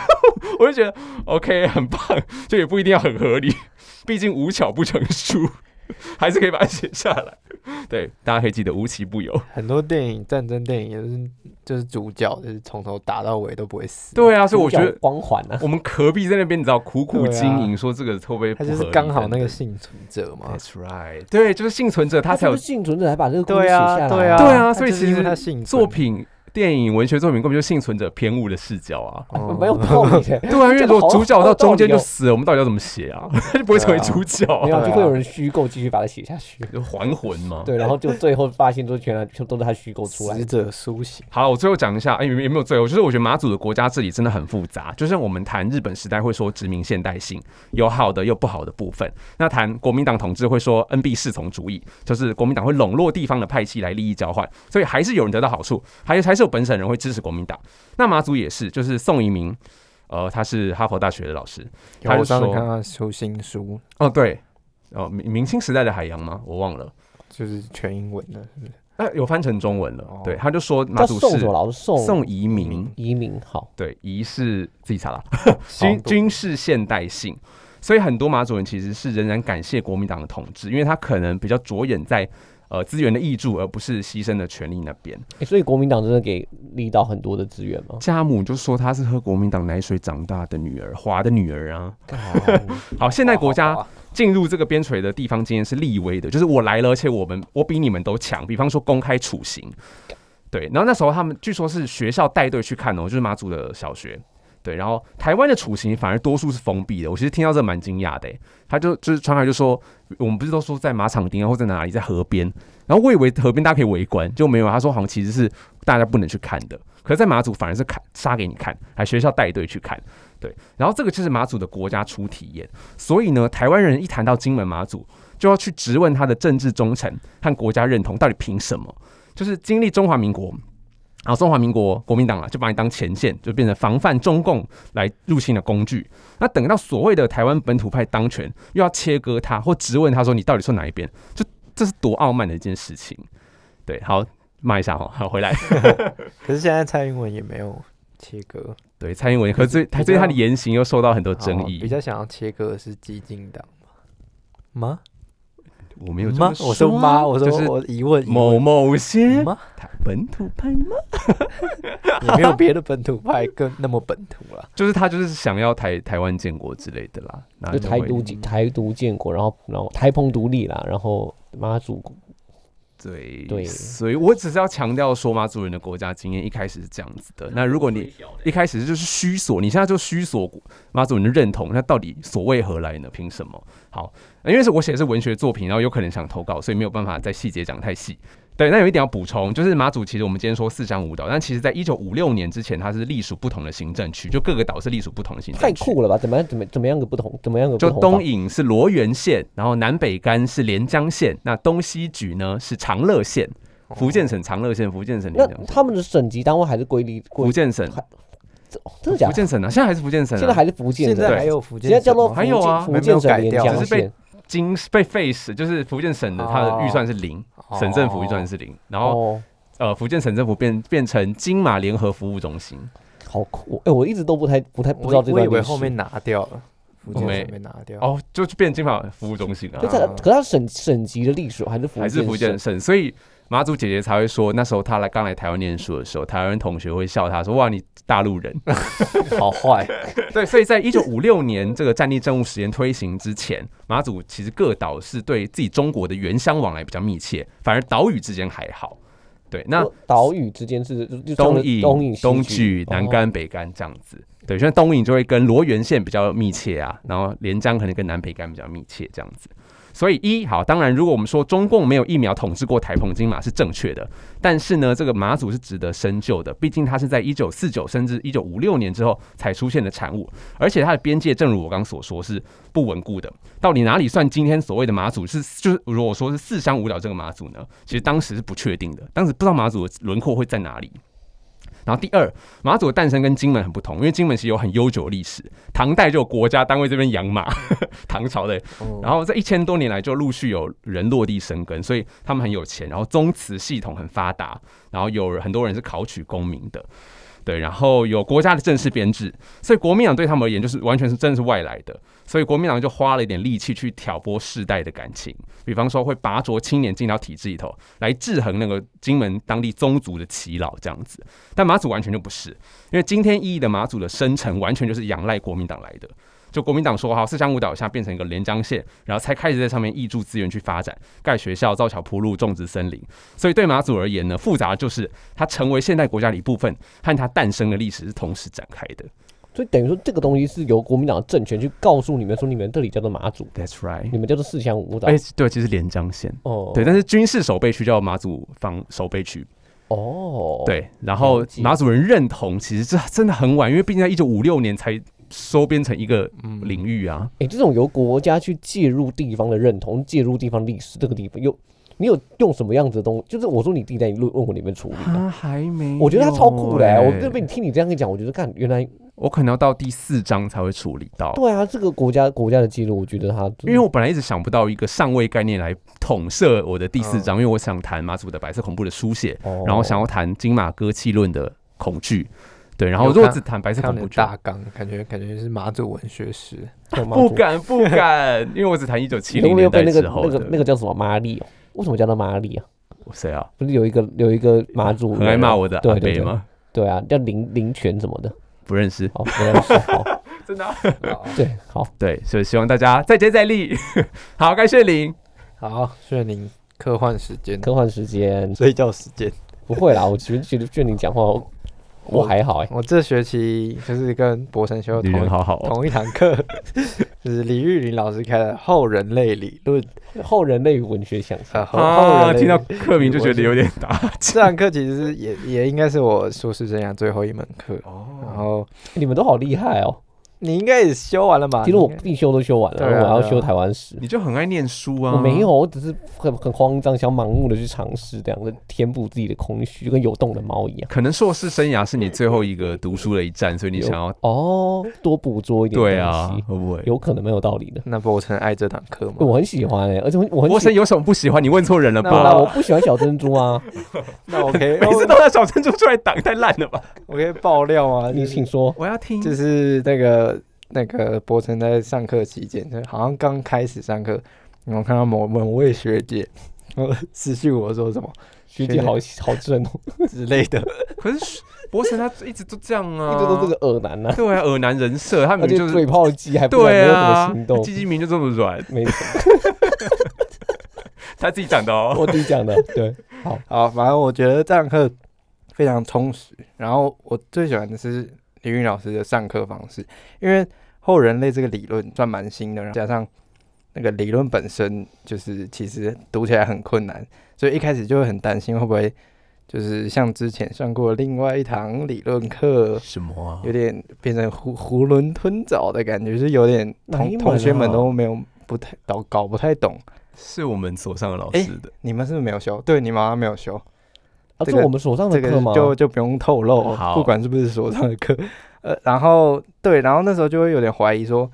S1: 我就觉得 OK 很棒，就也不一定要很合理，毕竟无巧不成书，还是可以把它写下来。对，大家可以记得无奇不有。
S3: 很多电影战争电影也是，就是主角就是从头打到尾都不会死，
S1: 对啊，所以我觉
S2: 主角
S1: 得
S2: 光环啊，
S1: 我们何必在那边你知道苦苦
S3: 对啊
S1: 经营，说这个会不会
S3: 他
S1: 不
S3: 就
S1: 合
S3: 是
S1: 理
S3: 刚好那
S1: 等
S3: 个啊
S1: 等
S3: 幸存者嘛。
S1: That's right，对，就是幸存者他才
S2: 是
S1: 有
S2: 不是幸存者还把这个故事
S3: 对
S2: 写
S3: 啊
S2: 下来，
S3: 对啊，
S1: 对啊
S3: 他
S1: 所以
S3: 就是
S1: 其
S3: 因为
S1: 实
S3: 他幸
S1: 作
S3: 存
S1: 品、电影、文学作品根本就是幸存者偏误的视角啊。
S3: 哦
S2: 没有道 理的。
S1: 对啊，因为
S2: 这
S1: 如
S2: 个
S1: 果
S2: 好
S1: 主角
S2: 好
S1: 到
S2: 道
S1: 中间
S2: 理
S1: 就
S2: 哦
S1: 死了，我们到底要怎么写啊？ 他就不会成为
S3: 对啊
S1: 主角啊、
S2: 没有，
S3: 对
S2: 就
S3: 啊
S2: 会有人虚构继续把它写下去。
S1: 就还魂嘛。
S2: 对，然后就最后发现都全来全都是他虚构出来
S3: 死
S2: 的。
S3: 者苏醒，
S1: 好了，我最后讲一下，哎、有没有有没有最后？就是我觉得马祖的国家治理真的很复杂，就像我们谈日本时代会说殖民现代性，有好的有不好的部分。那谈国民党统治会说 NB 侍从主义，就是国民党会笼络地方的派系来利益交换，所以还是有人得到好处，还有还是有本省人会支持国民党。那马祖也是，就是宋一鸣，呃，他是哈佛大学的老师，他
S3: 有
S1: 就
S3: 我上次
S1: 说
S3: 看他出新书，
S1: 哦对，哦明明清时代的海洋吗？我忘了。
S3: 就是全英文的，是不是
S1: 那哎有翻成中文了，
S3: 哦
S1: 对，他就说马
S2: 叫
S1: 祖
S2: 宋什
S1: 是
S2: 么老师？宋嗯
S1: 宋移民
S3: 民，
S2: 移民好，
S1: 对，仪是自己查啦，
S3: 好
S1: 军军事现代性，所以很多马祖人其实是仍然感谢国民党的统治，因为他可能比较着眼在呃资源的益助，而不是牺牲的权利那边。
S2: 诶所以国民党真的给力道很多的资源吗？
S1: 家母就说她是喝国民党奶水长大的女儿，华的女儿啊。
S2: 干
S1: 好，啊现在国家
S3: 哇
S1: 进入这个边陲的地方经验是立威的，就是我来了，而且我们我比你们都强。比方说公开处刑，对。然后那时候他们据说是学校带队去看哦，就是马祖的小学，对。然后台湾的处刑反而多数是封闭的，我其实听到这蛮惊讶的欸。他就就是传海就说，我们不是都说在马场町啊或在哪里，在河边，然后我以为河边大家可以围观，就没有。他说好像其实是大家不能去看的，可是在马祖反而是看杀给你看，还学校带队去看。对，然后这个就是马祖的国家初体验，所以呢，台湾人一谈到金门马祖，就要去质问他的政治忠诚和国家认同到底凭什么？就是经历中华民国，然后中华民国国民党啊，就把你当前线，就变成防范中共来入侵的工具。那等到所谓的台湾本土派当权，又要切割他或质问他说你到底是哪一边？就这是多傲慢的一件事情。对，好，骂一下哈，好回来。
S3: 可是现在蔡英文也没有切割，
S1: 对，蔡英文，可是最他
S3: 比较
S1: 对他的言行又受到很多
S3: 好
S1: 争议
S3: 比。较想要切割的是激进党嘛吗？
S1: 我没有这
S3: 吗
S1: 么？
S3: 我说
S1: 啊
S3: 吗？我
S1: 就
S3: 说
S1: 是
S3: 我疑问疑
S1: 某某些
S3: 问吗？
S1: 台本土派吗？
S3: 也没有别的本土派更那么本土了。
S1: 就是他就是想要台台湾建国之类的啦，那
S2: 就
S1: 就
S2: 台
S1: 会
S2: 独台独建国，然后然后台澎独立啦，然后妈祖
S1: 对
S2: 对
S1: 所以我只是要强调说嘛，主人的国家经验一开始是这样子的。那如果你一开始就是虚索，你现在就虚索妈祖人的认同，那到底所谓何来呢？凭什么？好，呃因为是我写的是文学作品，然后有可能想投稿，所以没有办法在细节讲太细。对，那有一点要补充，就是马祖其实我们今天说四乡五岛，但其实在一九五六年之前，它是隶属不同的行政区，就各个岛是隶属不同的行政
S2: 太
S1: 区。
S2: 酷了吧？怎么样？怎么怎么样个不同？怎么样个不
S1: 就
S2: 同法？
S1: 东引是罗源县，然后南北干是连江县，那东西莒呢是长乐县，福建省长乐县，福建省
S2: 哦那
S1: 连江县，
S2: 他们的省级单位还是归立
S1: 福
S2: 归哦
S1: 建省，
S2: 真的假
S1: 福
S2: 的？
S1: 建省啊，现在还是福建省、啊，
S2: 现在还是福建
S3: 现
S2: 的，
S3: 在还
S1: 对
S3: 有福
S2: 现在
S3: 建
S2: 叫
S3: 省
S2: 做
S3: 吗，
S2: 福
S1: 还有啊
S2: 建福建
S3: 还
S2: 省
S3: 没有
S2: 连
S3: 改掉
S2: 江
S1: 只是被
S2: 县。
S1: 经被废死，就是福建省的它的预算是零，
S3: 哦
S1: 省政府预算是零，然后、
S2: 哦，
S1: 呃福建省政府变变成金马联合服务中心，
S2: 好酷！哎、我一直都不太不太不知道
S3: 我
S2: 这
S3: 我
S2: 段
S3: 以
S2: 历
S3: 为
S2: 史。
S3: 后面拿掉了，福
S1: 我
S3: 建
S1: 没
S3: 省被拿掉。
S1: 哦就变金马服务中心了、
S2: 可
S1: 啊
S2: 是，它可是它省省级的历史还是福
S1: 还是福建
S2: 省
S1: 省，所以。马祖姐姐才会说，那时候她来刚来台湾念书的时候，台湾同学会笑她说：“哇，你大陆人。”
S3: 好坏，
S1: 对，所以在一九五六年这个战地政务实验推行之前，马祖其实各岛是对自己中国的原乡往来比较密切，反而岛屿之间还好。对，那
S2: 就岛屿之间是就就
S1: 东
S2: 引
S1: 引、
S2: 东引西哦
S1: 东莒、南干、北干这样子。对，像东引就会跟罗源县比较密切啊，然后连江可能跟南北干比较密切这样子。所以一好，当然，如果我们说中共没有疫苗统治过台澎金马是正确的，但是呢，这个马祖是值得深究的，毕竟它是在一九四九甚至一九五六年之后才出现的产物，而且它的边界，正如我刚所说，是不稳固的。到底哪里算今天所谓的马祖是就是如果说是四乡五岛这个马祖呢？其实当时是不确定的，当时不知道马祖的轮廓会在哪里。然后第二，马祖的诞生跟金门很不同，因为金门其实有很悠久的历史，唐代就有国家单位这边养马， 唐朝的然后这一千多年来就陆续有人落地生根，所以他们很有钱，然后宗祠系统很发达，然后有很多人是考取功名的，对，然后有国家的正式编制，所以国民党对他们而言就是完全是真的是外来的，所以国民党就花了一点力气去挑拨世代的感情，比方说会拔擢青年进到体制里头来制衡那个金门当地宗族的耆老这样子，但马祖完全就不是，因为今天意义的马祖的生成完全就是仰赖国民党来的。就国民党说好，四乡五岛以下变成一个连江县，然后才开始在上面挹注资源去发展，盖学校、造桥铺路、种植森林。所以对马祖而言呢，复杂的就是它成为现代国家的一部分，和它诞生的历史是同时展开的。
S2: 所以等于说这个东西是由国民党的政权去告诉你们说，你们这里叫做马祖，
S1: That's
S2: 你
S1: right。
S2: 们叫做四乡五岛
S1: 哎、。对，其实连江县。
S2: 哦，
S1: 对，但是军事守备区叫马祖防守备区，
S2: 哦，，
S1: 对，然后
S2: 了解
S1: 马祖人认同，其实这真的很晚，因为毕竟在一九五六年才收编成一个领域啊。
S2: 哎，这种由国家去介入地方的认同，介入地方历史，这个地方有你有用什么样子的东西？就是我说你自己在论论文里面处理啊。
S1: 他还没
S2: 我觉得他超酷的、欸，
S1: 有
S2: 我
S1: 欸
S2: 这边听你这样讲，我觉得看原来
S1: 我可能要到第四章才会处理到，
S2: 对啊，这个国家国家的记录，我觉得他
S1: 因为我本来一直想不到一个上位概念来统摄我的第四章，因为我想谈马祖的白色恐怖的书写，
S2: 嗯哦
S1: 然后想要谈金马哥气论的恐惧，对，然后
S3: 有
S1: 如果
S3: 看
S1: 只谈白色
S3: 看
S1: 恐
S3: 你
S1: 怖
S3: 的
S1: 就，
S3: 大纲，感觉感觉是马祖文学史。
S1: 不敢不 敢，因为我只谈一九七
S2: 你有
S1: 零
S2: 没有
S1: 年
S2: 被
S1: 代
S2: 那个
S1: 之后
S2: 那
S1: 的
S2: 个那个叫什么玛丽哦？为什么叫他玛丽啊？
S1: 谁啊，
S2: 不是有一个有一个马祖
S1: 很爱骂我的
S2: 对
S1: 阿
S2: 对
S1: 北
S2: 对
S1: 吗？
S2: 对啊，叫林林泉什么的。
S1: 不认识，
S2: 好，没关系，好，
S1: 真的啊、
S2: 对，好，
S1: 对，所以希望大家再接再厉。好，该谢林，
S3: 好，炫灵科幻时间，
S2: 科幻时间
S3: 睡觉时间。
S2: 不会啦，我觉得觉得觉得你讲话我我还好哎、
S3: 我这学期就是跟博成修
S1: 女
S3: 同
S1: 人
S3: 一
S1: 好好、哦，
S3: 同一堂课， 就是李玉林老师开的后人类理论，
S2: 后人类文学想象
S3: 啊，后后
S1: 啊，
S3: 人类
S1: 听到
S3: 理论
S1: 课名就觉得有点打击
S3: 这堂课其实是也也应该是我硕士生涯最后一门课，然
S1: 哦。
S3: 后
S2: 你们都好厉害哦、
S3: 你应该也修完了吧？
S2: 其实我
S3: 啊你应该
S2: 必修都修完了，
S3: 对啊
S2: 我还要
S3: 对啊
S2: 修台湾史。
S1: 你就很爱念书啊！
S2: 我没有，我只是很很慌张，想盲目的去尝试，这样子填补自己的空虚，就跟有洞的猫一样。
S1: 可能硕士生涯是你最后一个读书的一站，所以你想要
S2: 哦，多捕捉一点
S1: 对啊
S2: 东，西，
S1: 会不会？
S2: 有可能没有道理的。
S3: 那博成爱这堂课
S2: 我
S3: 吗？
S2: 很喜欢哎、而且我我很
S1: 博
S2: 喜
S1: 神有什么不喜欢？你问错人了
S3: 那
S2: 好啦，
S1: 吧？
S2: 我不喜欢小珍珠啊，
S3: 那我可以，
S1: 每次都拿小珍珠出来挡，太烂了 吧？
S3: 我可以爆料 吗？
S2: 你
S3: 就是
S2: 请说。
S1: 我要听
S3: 就是那个那个博成在上课期间，就好像刚开始上课，然后看到某某位学姐，然后私信我说什么
S2: 学姐好好正哦，
S3: 之类的，
S1: 可是博神他一直都这样啊，
S2: 一直都这个恶男呐、啊，
S1: 对啊，耳男人设，他
S2: 而
S1: 们
S2: 且
S1: 就是
S2: 嘴炮鸡还不知道没
S1: 对
S2: 有什
S1: 啊
S2: 么行，动，
S1: 鸡鸡明就这么软，
S2: 没错，
S1: 他自己讲的哦。
S2: 我自己 讲的，对，
S3: 好，反正我觉得这堂课非常充实。然后我最喜欢的是李云老师的上课方式，因为后人类这个理论算蛮新的，然后呃加上那个理论本身就是其实读起来很困难，所以一开始就会很担心会不会就是像之前上过另外一堂理论
S2: 哦
S3: 课。
S1: 什么啊
S3: 有点变成囫囫囵吞枣的感觉，就是有点
S2: 哪
S3: 同
S2: 一门
S3: 同学们
S2: 啊
S3: 都没有不太搞搞不太懂。
S1: 是我们所上的老师
S2: 哎
S1: 的。
S3: 你们是不是没有修？对，你们好像没有修。
S2: 啊，
S3: 这
S2: 做
S3: 个
S2: 我们手上的
S3: 这个
S2: 课吗？
S3: 就就不用透露，
S1: 哦好
S3: 不管是不是所上的课， 呃，然后对，然后那时候就会有点怀疑说，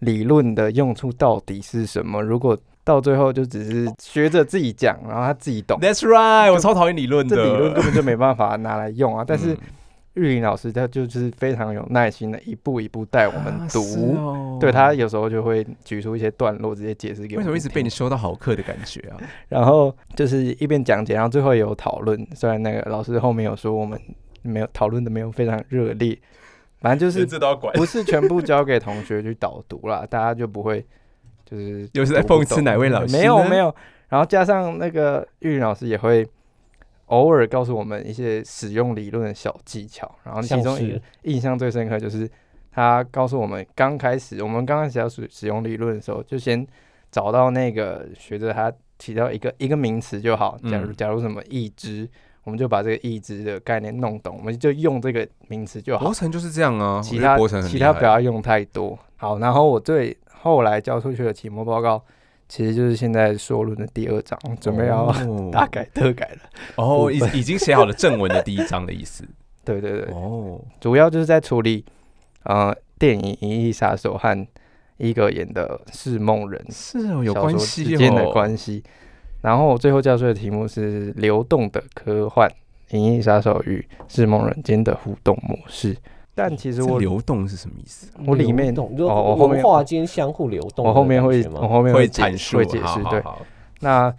S3: 理论的用处到底是什么？如果到最后就只是学着自己讲，然后他自己懂，
S1: That's right，我超讨厌理论的。
S3: 这理论根本就没办法拿来 用啊。但是
S1: 嗯
S3: 玉林老师他就是非常有耐心的，一步一步带我们
S1: 啊
S3: 读。
S1: 是哦
S3: 对他有时候就会举出一些段落，直接解释
S1: 为
S3: 给我们
S1: 什么一直被
S3: 听
S1: 你修到好课的感觉啊？
S3: 然后就是一边讲解，然后最后也有讨论。虽然那个老师后面有说我们没有讨论的没有非常热烈，反正就
S1: 就是这都要管。
S3: 不是全部交给同学去导读啦，大家就不会就是
S1: 又是在
S3: 读不
S1: 讽刺
S3: 懂
S1: 哪位老师
S3: 没有
S1: 呢
S3: 没有，然后加上那个玉云老师也会偶尔告诉我们一些使用理论的小技巧，然后其
S2: 像
S3: 中一
S2: 是
S3: 个印象最深刻就是他告诉我们，刚开始我们刚开始要使使用理论的时候，就先找到那个学者他提到一个一个名词就好。假如
S1: 嗯
S3: 假如什么义肢，我们就把这个义肢的概念弄懂，我们就用这个名词就好
S1: 博。成就是这样啊，
S3: 其
S1: 我觉得
S3: 他
S1: 博成很
S3: 其
S1: 厉
S3: 他
S1: 害
S3: 不要用太多。好，然后我最后来交出去的期末报告，其实就是现在说论的第二章，准备要
S1: 哦
S3: 大改特改了。
S1: 哦，
S3: 部
S1: 已已经写好了正文的第一章的意思
S3: 对对对，
S1: 哦，
S3: 主要就是在处理呃电影《银翼杀手》和伊格演的《释梦人》
S1: 是哦，有
S3: 小
S1: 关
S3: 说
S1: 系
S3: 之
S1: 哦，
S3: 间的关系。然后我最后教授的题目是《流动的科幻：银翼杀手与智梦人间的互动模式》，但其实
S1: 这
S3: 我
S1: 流动是什么意思？
S3: 我里面
S2: 流动就
S3: 哦我
S2: 是
S3: 后面
S2: 文化间相互流动的
S3: 我
S2: 感觉吗。
S3: 后面会我后面
S1: 会
S3: 解
S1: 阐述，
S3: 会解
S1: 好
S3: 释
S1: 好
S3: 对。
S1: 好
S3: 那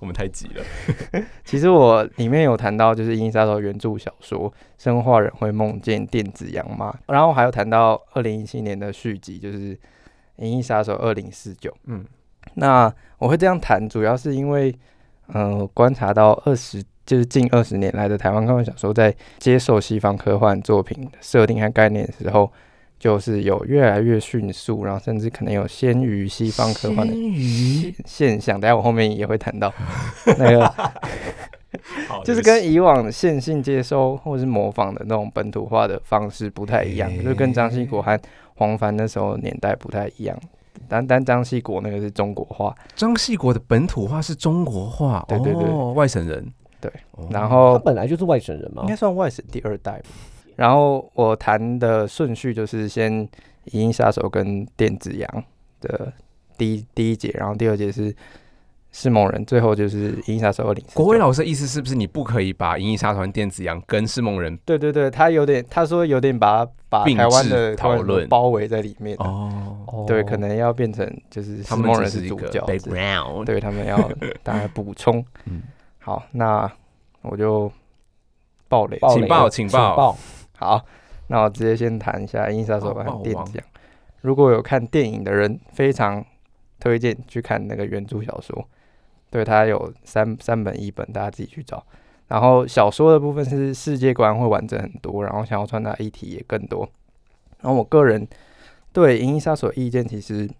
S1: 我们太急了，
S3: 其实我里面有谈到，就是《银翼杀手》原著小说《生化人会梦见电子羊妈》，然后还有谈到二零一七年的续集，就是《银翼杀手二零四九》。
S1: 嗯，
S3: 那我会这样谈，主要是因为，嗯、我观察到二十就是近二十年来的台湾科幻小说在接受西方科幻作品的设定和概念的时候，就是有越来越迅速，然后甚至可能有先于西方科幻的现现象。等一下我后面也会谈到那个。
S1: 好
S3: 就
S1: 对不起
S3: 是跟以往线性接收或是模仿的那种本土化的方式不太一样，就跟张系国和黄凡那时候年代不太一样。单单张系国那个是中国化，
S1: 张系国的本土话是中国话，
S3: 对对对
S1: 哦外省人
S3: 对，
S1: 哦
S3: 然
S2: 他
S3: 后
S2: 本来就是外省人嘛
S3: 应该，算外省第二代吧。然后我谈的顺序就是先《银翼杀手》跟《电子羊》的第一第一节，然后第二节是《是某人》，最后就是《银翼杀手二零》。
S1: 国威老师的意思是不是你不可以把《银翼杀团》电子羊跟释梦人
S3: 对对对，他有点他说有点把把
S1: 并
S3: 台湾
S1: 置
S3: 的
S1: 讨
S3: 台湾人
S1: 论
S3: 包围在里面啊
S1: 哦，
S2: 哦
S3: 对，可能要变成就是
S1: 他
S3: 石
S1: 们
S3: 梦
S1: 只
S3: 人
S1: 是一
S3: 主
S1: 个
S3: 角之类，
S1: background，
S3: 对他们 要大家补充。
S1: 嗯
S3: 好，那我就爆雷。
S2: 爆
S1: 请
S2: 雷
S1: 报
S2: 了
S1: 请
S2: 请
S1: 报
S2: 报，
S3: 好，那我直接先谈一下《银翼杀手》
S1: 好爆
S3: 和电
S1: 王
S3: 子羊。如果有看电影的人，非常推荐去看那个原著小说。对，它有三三本、一本，大家自己去找。然后小说的部分是世界观会完整很多，然后想要传达议题也更多。然后我个人对《银翼杀手》的意见其实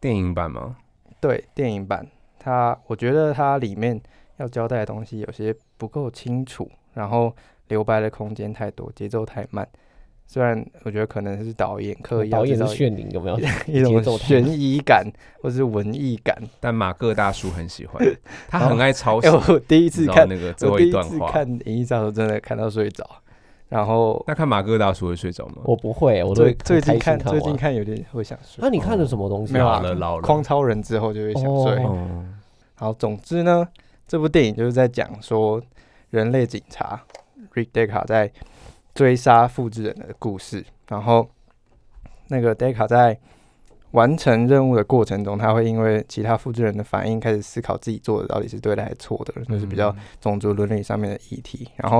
S1: 电影版吗？
S3: 对电影版，它我觉得它里面要交代的东西有些不够清楚，然后留白的空间太多，节奏太慢。虽然我觉得可能是导演刻意要
S2: 导演
S3: 制
S2: 是
S3: 造一
S2: 炫灵有 没有？
S3: 一
S2: 节
S3: 种
S2: 奏太
S3: 悬
S2: 慢
S3: 疑感或是文艺感。
S1: 但马各大叔很喜 欢，他很爱抄袭
S3: 哎、，我第一次
S1: 你知道
S3: 看，
S1: 那个最后
S3: 我第
S1: 一
S3: 一
S1: 段
S3: 次
S1: 话。
S3: 看《银翼杀手》真的看到睡着，然后
S1: 那看马各大叔会睡着吗？
S2: 我不会，我都
S3: 最
S2: 会
S3: 最
S2: 很
S3: 近
S2: 开心
S3: 看
S2: 看
S3: 最近
S2: 完，
S3: 看有点会想睡。
S2: 那你看了什么东西
S3: 没有
S1: 老
S2: 啊？
S1: 了老了
S3: 框，超人之后就会想
S2: 哦
S3: 睡。
S1: 哦，
S3: 好，总之呢，这部电影就是在讲说人类警察 Rick Decker 在追杀复制人的故事。然后那个 Decker 在完成任务的过程中，他会因为其他复制人的反应，开始思考自己做的到底是对的还是错的，就是
S1: 嗯
S3: 比较种族伦理上面的议题。然后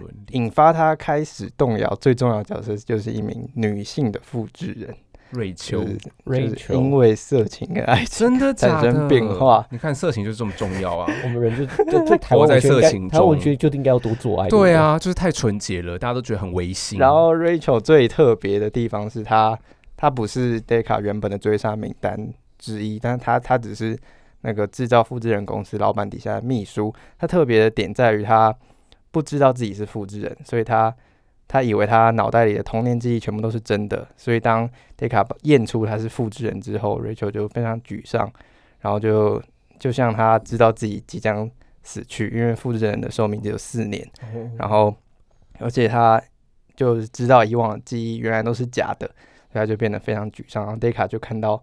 S1: 伦理
S3: 引发他开始动摇最重要的角色就是一名女性的复制人，
S1: 瑞
S3: 就
S1: 秋
S3: 是就是因
S2: Rachel，
S3: 为色情跟爱情
S1: 真的假
S3: 产
S1: 的
S3: 生变化。
S1: 你看色情就是这么重要啊！
S2: 我们人就在在台湾
S1: 活在
S2: 文学应
S1: 色
S2: 该
S1: 情，
S2: 台湾文
S1: 中
S2: 学就应该要多做爱。
S1: 对
S2: 不，
S1: 啊，就是太纯洁了，大家都觉得很违心。
S3: 然后 Rachel 最特别的地方是她，她不是 Deca 原本的追杀名单之一，但她她只是那个制造复制人公司老板底下的秘书。她特别的点在于她不知道自己是复制人，所以她她以为她脑袋里的童年记忆全部都是真的。所以当 Deca 验出她是复制人之后，Rachel 就非常沮丧，然后就就像她知道自己即将死去，因为复制人的寿命只有四年。
S1: 啊
S3: 然后而且他就是知道以往的记忆原来都是假的，所以他就变得非常沮丧。然后 Deka 就看到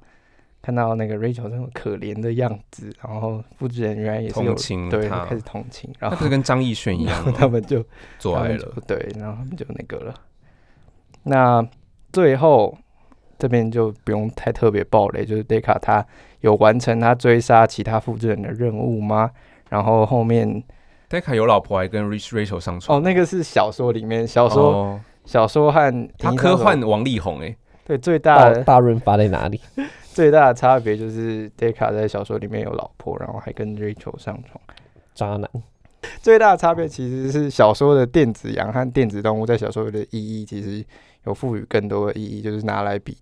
S3: 看到那个 Rachel 那种可怜的样子，然后复制人原来也是有
S1: 同情
S3: 对
S1: 他
S3: 开始同情，然
S1: 那不
S3: 后
S1: 是跟张艺轩一样
S3: 他
S1: 吗？
S3: 们就
S1: 做
S3: 他
S1: 爱
S3: 们就
S1: 了，
S3: 对，然后他们就那个了。那最后这边就不用太特别暴雷，就是 Deka 他有完成他追杀其他复制人的任务吗？然后后面
S1: 戴卡有老婆，还跟 Rich Rachel 上
S3: 哦，
S1: 床。
S3: 那个是小说里面，小说、
S1: 哦
S3: 小说和
S1: 他
S3: 银
S1: 科
S3: 河手
S1: 幻王力宏哎，
S3: 对最大
S2: 大
S3: 的
S2: 大润发在哪里？
S3: 最大的差别就是 Deka 在小说里面有老婆，然后还跟 Rachel 上床。
S2: 渣男，
S3: 最大的差别其实是小说的电子羊和电子动物在小说里的意义，其实有赋予更多的意义，就是拿来比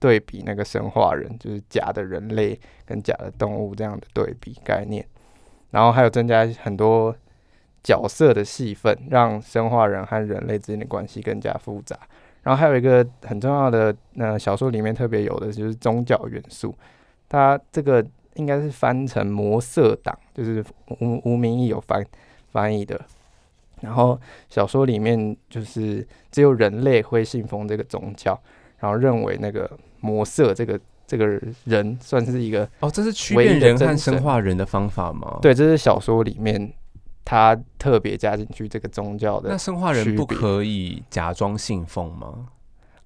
S3: 对比那个生化人，就是假的人类跟假的动物这样的对比概念，然后还有增加很多角色的戏份，让生化人和人类之间的关系更加复杂。然后还有一个很重要的，呃，小说里面特别有的就是宗教元素，它这个应该是翻成魔色党，就是吴吴明义有翻翻译的。然后小说里面就是只有人类会信奉这个宗教，然后认为那个魔色这个这个人算是一个
S1: 哦，这是区
S3: 唯一
S1: 辨
S3: 的
S1: 人和
S3: 真
S1: 生
S3: 神
S1: 化人的方法吗？，
S3: 对，这是小说里面他特别加进去这个宗教的
S1: 那生化人
S3: 区
S1: 不
S3: 别
S1: 可以假装信奉吗？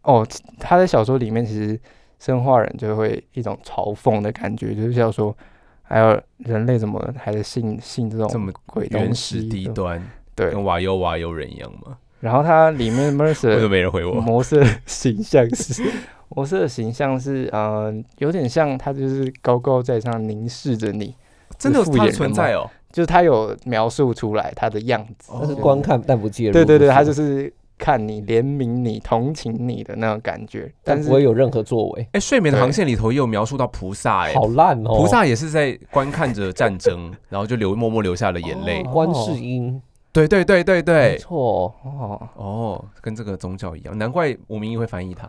S3: 哦，其他在小说里面其实生化人就会一种嘲讽的感觉，就是要说，还有人类怎么还在信信这
S1: 这
S3: 种
S1: 么
S3: 哦鬼东
S1: 原始
S3: 西？
S1: 低
S3: 对
S1: 端，
S3: 对。
S1: 跟瓦尤瓦尤人一样吗？
S3: 然后它里 面
S1: 为什么
S3: Mercer
S1: 没人回 我？
S3: 模式形象是呃模式的形象是，呃，有点像他就是高高在上凝视着你，
S1: 真的有
S3: 复
S1: 它
S3: 眼
S1: 的
S3: 人
S1: 存
S3: 吗
S1: 在哦。
S3: 就是他有描述出来他的样子。
S1: 哦
S2: 但是观看但不介入。
S3: 对对对，
S2: 是
S3: 他就是看你、怜悯你、同情你的那种感觉，
S2: 但
S3: 但
S2: 不会
S3: 是
S2: 有任何作为，
S1: 哎，睡眠的
S3: 对
S1: 航线里头也有描述到菩萨，哎，
S2: 好烂哦。
S1: 菩萨也是在观看着战 争，然后就流默默流下了眼泪。哎
S2: 哦观世音，
S1: 对对对对
S2: 没
S3: 嗯
S1: 对，
S2: 错，
S3: 哦，
S1: 哦，跟这个宗教一样，难怪吴明义会翻译他，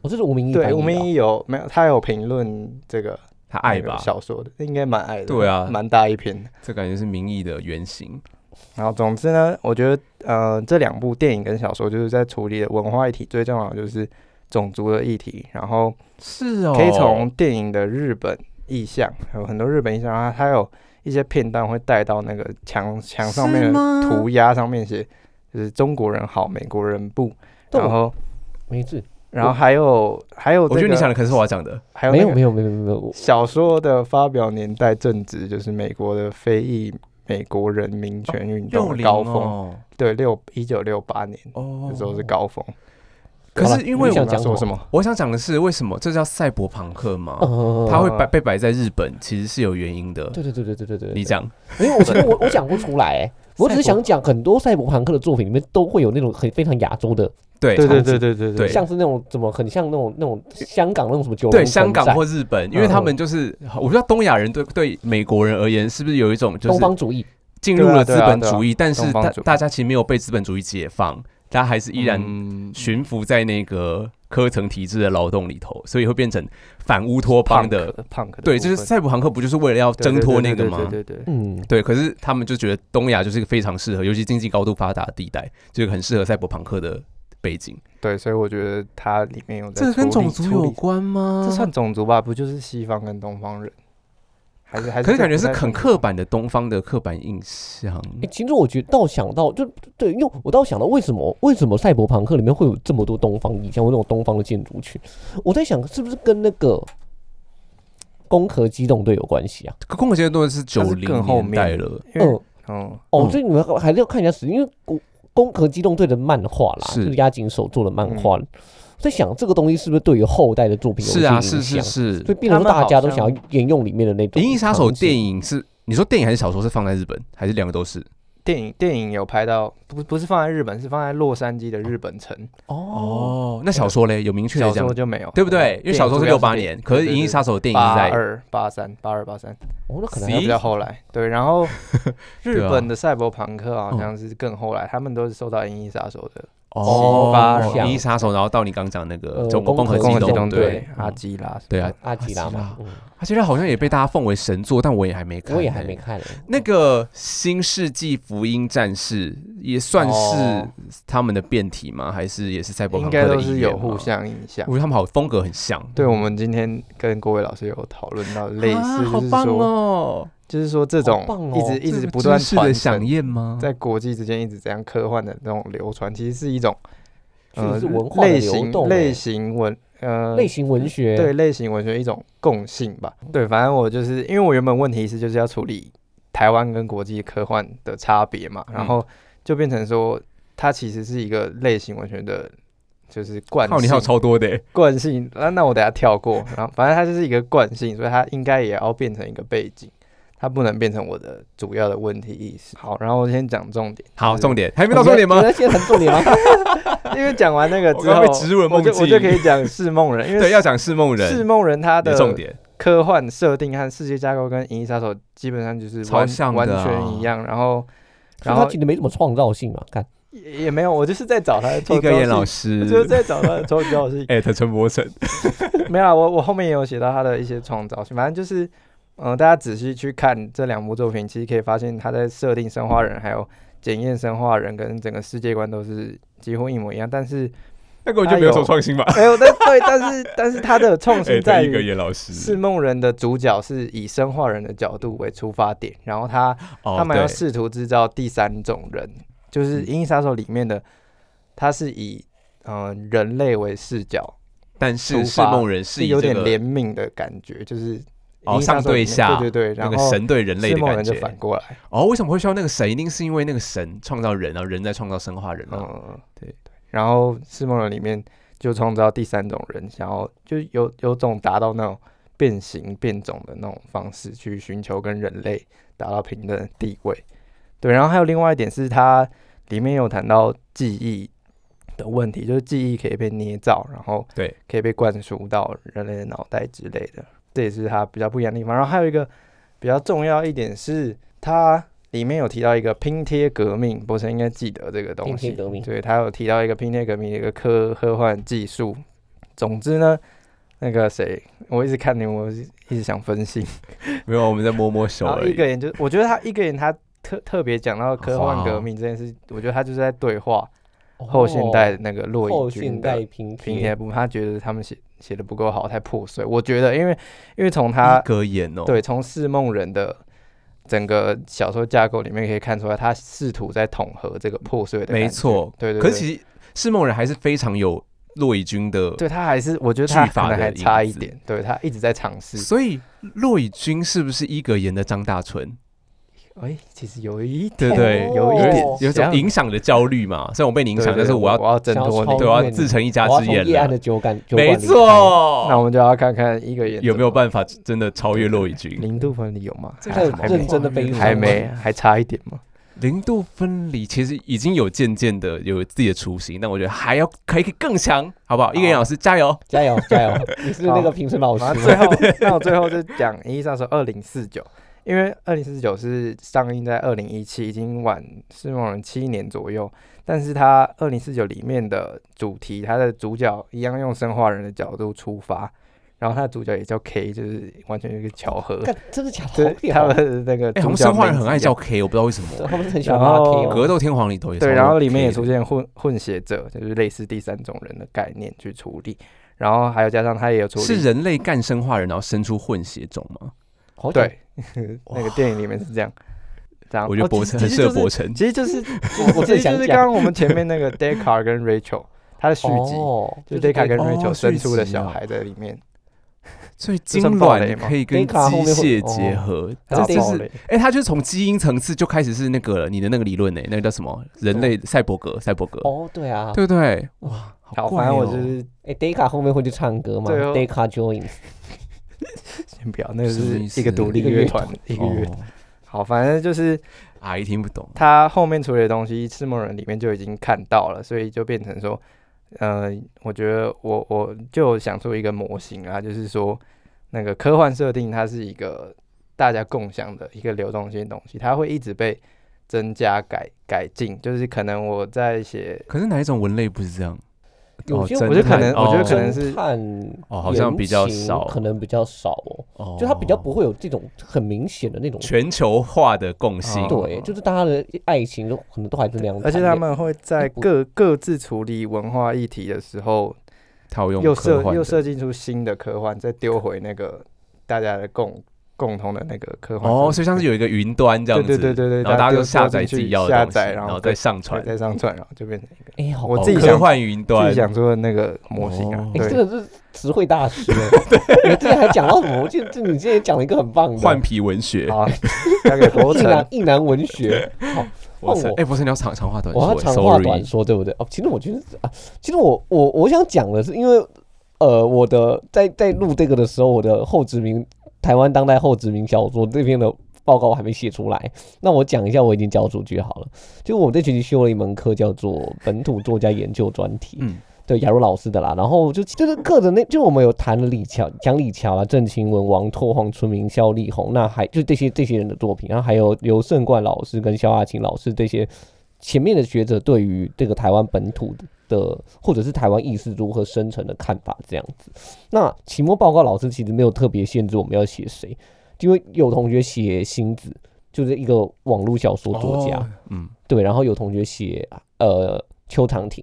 S2: 我哦这是吴明义翻译
S3: 对，
S2: 啊的，
S3: 吴明义有没有？他有评论这个
S1: 他爱
S3: 那
S1: 吧
S3: 个，小说的，应该蛮爱的。
S1: 对啊
S3: 蛮大一篇的。
S1: 这感觉是民意的原型。
S3: 然后总之呢，我觉得呃，这两部电影跟小说就是在处理的文化议题，最重要的就是种族的议题。然后
S1: 是哦，
S3: 可以从电影的日本意象，有很多日本意象，然后它有一些片段会带到那个墙墙上面
S1: 是
S3: 的
S1: 吗
S3: 涂鸦上面写，就是中国人好，美国人不。
S2: 但我
S3: 然后
S2: 没事，
S3: 然后还有还有、这
S1: 我觉得你
S3: 个
S1: 想的可能是我要讲的，
S3: 还有
S2: 没
S3: 那
S2: 有
S3: 个
S2: 没有没有没有没有，我
S3: 小说的发表年代正值就是美国的非裔美国人民权运动的
S1: 哦零
S3: 高峰，
S1: 哦，
S3: 对，六一九六八年
S1: 哦
S3: 那时候是高峰。
S1: 可
S2: 好
S1: 是
S2: 了
S1: 因为
S2: 你
S1: 我
S2: 想
S3: 你要说什么？
S1: 我想讲的是，为什么这叫赛博朋克吗？
S3: 哦
S2: 呃
S1: 它会摆被摆在日本，其实是有原因的。
S2: 对对对对对对对，
S1: 你
S2: 讲，
S1: 讲，
S2: 因为我其实我我讲不出 来，欸我只是
S1: 赛博
S2: 想讲很多赛博朋克的作品里面都会有那种很非常亚洲的，
S1: 对
S3: 对对
S2: 场景
S3: 对对对
S1: 对
S2: 像是那种怎么很像那种那种香港那种什么九龙
S1: 对，香港
S2: 城寨
S1: 或日
S3: 嗯
S1: 本，因为他们就是，我不知道东亚人对对美国人而言是不是有一种就
S2: 东
S1: 是
S2: 方主义，
S1: 进入了资
S3: 对啊对啊
S1: 本
S3: 对啊
S1: 主义，但是
S3: 东方
S1: 大
S3: 主义
S1: 大家其实没有被资本主义解放，大家还是依然
S3: 嗯
S1: 悬浮在那个科层体制的劳动里头，所以会变成反乌托邦的。
S3: 胖克
S1: 对，就是赛博朋克不就是为了要 挣脱那个吗？
S3: 对对对对对
S2: 嗯，
S1: 对，可是他们就觉得东亚就是一个非常适合，尤其经济高度发达的地带，就是很适合赛博朋克的背景。
S3: 对，所以我觉得它里面有在
S1: 这跟
S3: 处理
S1: 种族
S3: 处
S1: 有
S3: 理
S1: 关啊吗？
S3: 这算种族吧？不就是西方跟东方人？还是还是
S1: 可是感觉
S3: 这不
S1: 是
S3: 太
S1: 很
S3: 种族
S1: 刻板的东方的刻板印象。
S2: 欸其实我觉得倒想到，就对，因为我倒想到为什么为什么赛博朋克里面会有这么多东方意象，或那种东方的建筑群，我在想是不是跟那个《攻壳机动队》有关系啊？
S1: 可宫本杰顿是九
S3: 它是
S1: 零
S3: 更后
S1: 年
S3: 面
S1: 代了，
S3: 因为
S2: 嗯，
S3: 嗯，
S2: 哦
S1: 嗯，
S2: 所以你们还是要看一下史，因为《攻攻壳机动队》的漫画啦，
S1: 是嗯
S2: 就是押井守做的漫画，我在想这个东西是不是对于后代的作品有一
S1: 是
S2: 些
S1: 啊，
S2: 影响？
S1: 是是是
S2: 所以，变成
S3: 他们
S2: 大家
S3: 好
S2: 都想要沿用里面的那
S1: 《
S2: 种。
S1: 银翼杀手》电
S2: 影，
S1: 影是你说电影还是小说是放在日本，还是两个都是？
S3: 电影电影有拍到，不不是放在日本，是放在洛杉矶的日本城。
S2: 哦，
S1: 哦，那小说嘞有明确的
S3: 小
S1: 讲
S3: 说，就没有，嗯
S1: 对不对？因为小说是六八年，可是《银翼杀手》电影是
S3: 八
S1: 在
S3: 二八三八二八三，
S2: 哦，那可能
S1: 咦
S3: 还
S2: 还
S3: 比较后来。对，然 后日
S1: 对啊嗯
S3: 本的赛博朋克好像是更后来，他们都是受到《银翼杀手》的
S1: 哦
S3: 启发
S1: 《
S2: 像
S1: 银翼杀手》，然后到你刚讲那个
S2: 呃
S1: 《中国
S2: 攻
S1: 攻壳
S2: 壳
S3: 攻
S1: 机
S3: 壳
S2: 机
S3: 机
S1: 动
S3: 动
S1: 队》
S3: 队
S1: 嗯，
S3: 阿基拉。
S1: 对啊，
S2: 阿基拉嘛
S1: 阿，
S2: 嗯
S1: 他现在好像也被大家奉为神作，但我也还没看，欸
S2: 我也还没。看呢。
S1: 那个《新世纪福音战士》也算
S3: 哦
S1: 是他们的变体吗？还是也是赛博
S3: 应
S1: 朋克
S3: 该
S1: 的
S3: 都
S1: 一
S3: 是
S1: 员
S3: 有互
S1: 吗，
S3: 相影响
S1: 我。觉得他们好风格很像，
S3: 对，我们今天跟各位老师有讨论到类
S1: 啊
S3: 似，
S1: 好
S3: 就是
S1: 棒
S3: 说，
S1: 哦！
S3: 就是说这
S2: 好
S3: 种
S2: 棒哦
S3: 一直一
S1: 这
S3: 直
S1: 个
S3: 不断
S1: 知识的
S3: 传承
S1: 响应吗？
S3: 在国际之间一直这样科幻的那种流传，其实是一种呃
S2: 是文化的
S3: 类
S2: 流
S3: 型
S2: 动欸
S3: 类型文呃
S2: 类型文学，
S3: 对类型文学一种共性吧。对，反正我就是因为我原本问题是就是要处理台湾跟国际科幻的差别嘛，
S1: 嗯
S3: 然后就变成说它其实是一个类型文学的。就是惯
S1: 靠，你还有
S3: 性，
S1: 超多的欸，
S3: 惯性，那、那我等下跳过。然后反正它就是一个惯性，所以它应该也要变成一个背景，它它不能变成我的主要的问题意识。好，然后我先讲重点。
S1: 好，
S3: 就是
S1: 重点还没到重点吗
S2: 我们？要现在谈重 点吗？啊
S3: 因为讲完那个
S1: 我
S3: 之
S1: 刚
S3: 后，
S1: 被植入了
S3: 我就
S1: 梦
S3: 我就
S1: 境
S3: 可以讲释梦人，因为
S1: 对，要讲释梦
S3: 释
S1: 人
S3: 梦人他
S1: 的
S3: 的
S1: 重点，
S3: 科幻设定和世界架构跟《银翼杀手》基本上就是
S1: 超
S3: 完
S1: 像的
S3: 完
S1: 啊
S3: 全一样，然后
S2: 然
S3: 然
S2: 后
S3: 后
S2: 他其实没什么创造性嘛， 看
S3: 也也没有，我就是在找他的
S1: 一
S3: 臭
S1: 个演老
S3: 教室，我就是
S1: 师
S3: 在找他的臭教室。
S1: 艾特陈柏成，
S3: 没有啊，我我后面也有写到他的一些创造性，反正就是，嗯、大家仔细去看这两部作品，其实可以发现他在设定生化人还有检验生化人跟整个世界观都是几乎一模一样，但是
S1: 那根本就没有什么创新吧？
S3: 没有，但对，但是但是他的 创
S1: 艾
S3: 新
S1: 特
S3: 在
S1: 哎一个
S3: 于。
S1: 演老
S3: 是
S1: 师，
S3: 梦人的主角是以生化人的角度为出发点，然后他
S1: 哦
S3: 他们要
S1: 对嗯
S3: 试图制造第三种人，就是《银翼杀手》里面的，他是以嗯、呃人类为视角，
S1: 但是
S3: 出
S1: 释
S3: 发
S1: 梦人是以
S3: 有
S1: 这
S3: 点
S1: 个
S3: 怜悯的感觉，就是
S1: 哦
S3: 银翼杀
S1: 上
S3: 手里
S1: 对
S3: 面
S1: 下
S3: 对对对，
S1: 那
S3: 然
S1: 个
S3: 后
S1: 神对人类
S3: 释
S1: 的
S3: 梦
S1: 感
S3: 人就
S1: 觉。
S3: 反过来，
S1: 哦，为什么会需要那个神？一定是因为那个神创造人啊，人在创造生化人啊。
S3: 嗯，
S1: 对
S3: 对，然后释梦人里面就创造第三种人，想要就有有种达到那种变形变种的那种方式去寻求跟人类达到平等的地位。对，然后还有另外一点是，它里面有谈到记忆的问题，就是记忆可以被捏造，然后
S1: 对，
S3: 可以被灌输到人类的脑袋之类的，这也是它比较不一样的地方。然后还有一个比较重要一点是，它里面有提到一个拼贴革命，博士应该记得这个
S2: 拼
S3: 东西。
S2: 贴革命，
S3: 对，他有提到一个拼贴革命的一个科科幻技术。总之呢，那个谁，我一直看你，我一直想分析。
S1: 没有，我们在摸摸手
S3: 然后
S1: 而
S3: 嗯一个
S1: 已。
S3: 人就，我觉得他一个人他特特别讲到科
S1: 哇哦
S3: 幻革命这件事，我觉得他就是在对话后现代的那个
S2: 哦
S3: 洛
S2: 后
S3: 伊
S2: 现
S3: 军
S2: 代
S3: 的
S2: 拼
S3: 拼
S2: 贴
S3: 贴，部分，他觉得他们写写的不够好，太破碎。我觉得，因为因为从他
S1: 一格言哦，
S3: 啊对，从《释梦人》的整个小说架构里面可以看出来，他试图在统合这个破碎的感觉。
S1: 没错。
S3: 对对
S1: 可
S3: 对。
S1: 是其实释梦人还是非常有洛以军的，
S3: 对他还是，我觉得他
S1: 句法
S3: 可能
S1: 的
S3: 还
S1: 影
S3: 差一
S1: 子
S3: 点，对他一直在尝试。
S1: 所以洛以军是不是一格言的张大春？
S3: 哎、其实有一点，
S1: 对不对？
S2: 哦
S1: 有一点有一种
S3: 像
S1: 影响的焦虑嘛。虽然我被你影
S3: 对
S1: 响，
S3: 对
S1: 但是
S3: 对
S1: 我
S3: 我
S1: 要
S3: 要挣
S2: 想要
S3: 脱
S2: 超
S3: 你。
S1: 对我要
S2: 越
S1: 自成一家
S2: 我要
S1: 之
S2: 从
S1: 宴
S2: 夜暗
S1: 了
S2: 的。酒馆，酒
S1: 没
S2: 馆离开，
S3: 那
S1: 错，
S3: 我们就要看看一个眼
S1: 有没有办法真的超越洛以军？
S3: 零度分离有吗？
S1: 这
S2: 他
S3: 还
S2: 有
S1: 个
S3: 还
S2: 认
S3: 没，
S2: 真的悲伤吗，
S3: 还没，还差一点吗？
S1: 零度分离其实已经有渐渐的有自己的雏形，但我觉得还要可以更强，好不好？一个人老师加油！
S2: 加油 加油！你是那个评审老师
S3: 然后
S2: 吗，
S3: 最后，那我最后就讲《一上说二零四九》，因为《二零四九》是上映在二零一七，已经晚释梦人七年左右。但是它《二零四九》里面的主题，它的主角一样用生化人的角度出发，然后它的主角也叫 K，就是完全是一个巧合。
S2: 干真的假的？
S3: 就是
S2: 好屌
S3: 他们
S2: 哦！
S3: 的那个
S1: 哎，红
S3: 主
S1: 生
S3: 角
S1: 化人
S3: 名字
S1: 很爱
S3: 一样
S1: 叫 K，我不知道为什么。
S2: 他们是很喜欢
S3: 然
S2: 拉
S3: 后
S2: K
S1: 格斗天皇里头也
S3: 哦对，
S1: 超
S3: 然后
S1: 多
S3: 里面也
S1: K
S3: 出
S1: 的
S3: 现混混血者，就是类似第三种人的概念去处理，然后还有加上他也有处理
S1: 是人类干生化人，然后生出混血种吗？
S2: 好屌
S3: 对， 那个电影里面是这样。这样，
S1: 我觉得
S3: 哦
S1: 博
S3: 其
S1: 成
S3: 其
S1: 很
S3: 实
S1: 适合
S3: 就是
S1: 博成，
S3: 其 实就是，
S2: 我我
S3: 其
S2: 正
S3: 实
S2: 想
S3: 就是刚
S2: 讲
S3: 刚我们前面那个 Deckard 跟 Rachel 他的续集，
S2: 哦
S3: 就 Deckard 跟
S1: 哦
S3: Rachel 生
S1: 续
S3: 出的
S1: 集
S3: 小
S1: 哦
S3: 孩在里面，
S1: 所以痉
S3: 算暴雷
S1: 挛
S3: 吗
S1: 可以跟机
S2: 贝卡后面会
S1: 械结合，
S2: 还是
S1: 这
S2: 等
S1: 就
S2: 于
S3: 暴
S1: 是
S3: 雷
S1: 哎，他就是从基因层次就开始是那个了你的那个理论呢，那个叫什么？人类赛博格，赛博格，
S2: 哦，对啊，
S1: 对不对？哇，
S3: 好，
S1: 怪
S3: 反正我
S1: 哦
S3: 就是
S2: 哎，Deka 后面会去唱歌吗
S3: 对哦
S2: ？Deka joins，
S3: 先不要，那个
S1: 什么
S3: 是
S1: 意
S3: 一个
S1: 思
S3: 独立
S2: 一个
S3: 乐
S2: 乐
S3: 团，一个乐团。
S1: 哦
S3: 好，反正就是
S1: 阿姨听不懂，
S3: 他后面处理的东西，赤梦人里面就已经看到了，所以就变成说，呃，我觉得我我就想出一个模型啊，就是说那个科幻设定，它是一个大家共享的一个流动性的东西，它会一直被增加改改进，就是可能我在写。
S1: 可是哪一种文类不是这样？
S2: 有
S1: 哦
S2: 些
S1: 侦
S3: 我觉得可能
S1: 探
S3: 我觉得
S1: 哦
S3: 可能是
S2: 看
S1: 哦好像比较少
S2: 可能比较少哦，
S1: 哦
S2: 就他比较不会有这种很明显的那种。
S1: 全球化的共性，
S3: 哦
S2: 对，就是大家的爱情都可能都还是那样谈
S3: 而
S2: 恋
S3: 且
S2: 爱，
S3: 他们会在
S2: 不
S3: 各各自处理文化议题的时候，
S1: 套用
S3: 又
S1: 科
S3: 设
S1: 幻
S3: 又
S1: 的
S3: 设计出新的科幻，再丢回那个大家的共共同的那个科幻设定。
S1: 哦，所以像是有一个云端这样子，
S3: 对对对对对
S1: 然后大家
S3: 大家
S1: 就
S3: 就
S1: 下
S3: 丢进
S1: 载自己要的
S3: 去
S1: 东西
S3: 下载然
S1: 然
S3: 后
S1: 后再上传，哦
S3: 再上传，然后就变成一个
S2: 哎，好
S3: 我
S2: 高
S3: 自己
S2: 级
S1: 科
S3: 想
S1: 幻云
S3: 自
S1: 端
S3: 己，想出的那个模型啊
S1: 哦。
S2: 哎，
S3: 对
S2: 这，个是词汇大 师哦。你之前还讲到什么？我记得这你之前讲了一个很棒的，
S1: 换皮文 学，
S3: 好，啊交给博
S2: 一
S3: 成
S2: 男。一男文学。好，
S1: 我
S2: 换
S1: 是
S2: 我
S1: 哎，不是你要长长话短
S2: 我
S1: 说
S2: 要
S1: 哎
S2: 长话
S1: ，sorry，
S2: 短说，对不对？哦，其实我觉得啊，其实我我我想讲的是，因为呃，我的在在录这个的时候，我的后殖民台湾当代后殖民小说这边的报告我还没写出来，那我讲一下我已经交出去好了。就我们这学期修了一门课叫做本土作家研究专题，
S1: 嗯
S2: 对雅茹老师的啦。然后就就是课的那，就我们有谈了李乔、讲李乔啦、郑清文、王拓、黄春明、肖丽红，那还就这些这些人的作品，然啊后还有刘胜冠老师跟肖亚琴老师这些前面的学者对于这个台湾本土的或者是台湾意识如何生成的看法这样子。那期末报告老师其实没有特别限制我们要写谁，因为有同学写星子，就是一个网络小说作家。
S1: 哦嗯，
S2: 对，然后有同学写呃邱长廷，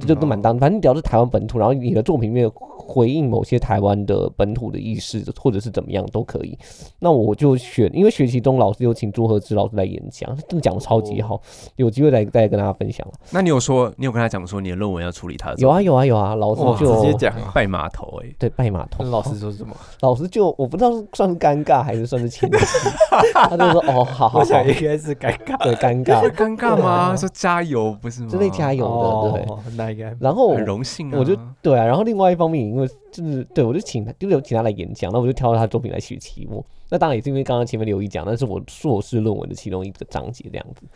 S2: 这都蛮
S3: 哦
S2: 当，反正只要是台湾本土，然后你的作品里面回应某些台湾的本土的意识，或者是怎么样都可以。那我就选，因为学期中老师有请朱和之老师来演讲，真的讲的超
S3: 哦
S2: 级好，有机会再再跟大家分享了。
S1: 那你有说你有跟他讲说你的论文要处理他的
S2: 有
S1: 啊，
S2: 啊有啊有啊，老
S3: 哇，
S2: 师
S3: 直接
S2: 就
S3: 讲啊。
S1: 拜码头哎、
S2: 对拜码头，
S3: 那老师 说什么？
S2: 老师就我不知道是算是尴尬还是算是 谦虚，他就说哦好好好，
S3: 我想应
S2: 对
S3: 该是尴尬
S2: 尴尬
S1: 会 尴尬吗？
S2: 对啊
S1: 说加油不是吗？
S2: 之类加油的对。
S3: 哦，那应该
S2: 然后
S1: 很荣
S3: 嗯
S1: 幸啊，
S2: 我就对啊，然后另外一方面，因为就是对我就请他，就是有请他来演讲，那我就挑了他的作品来写题目。那当然也是因为刚刚前面刘毅讲，那是我硕士论文的其中一个章节这样子。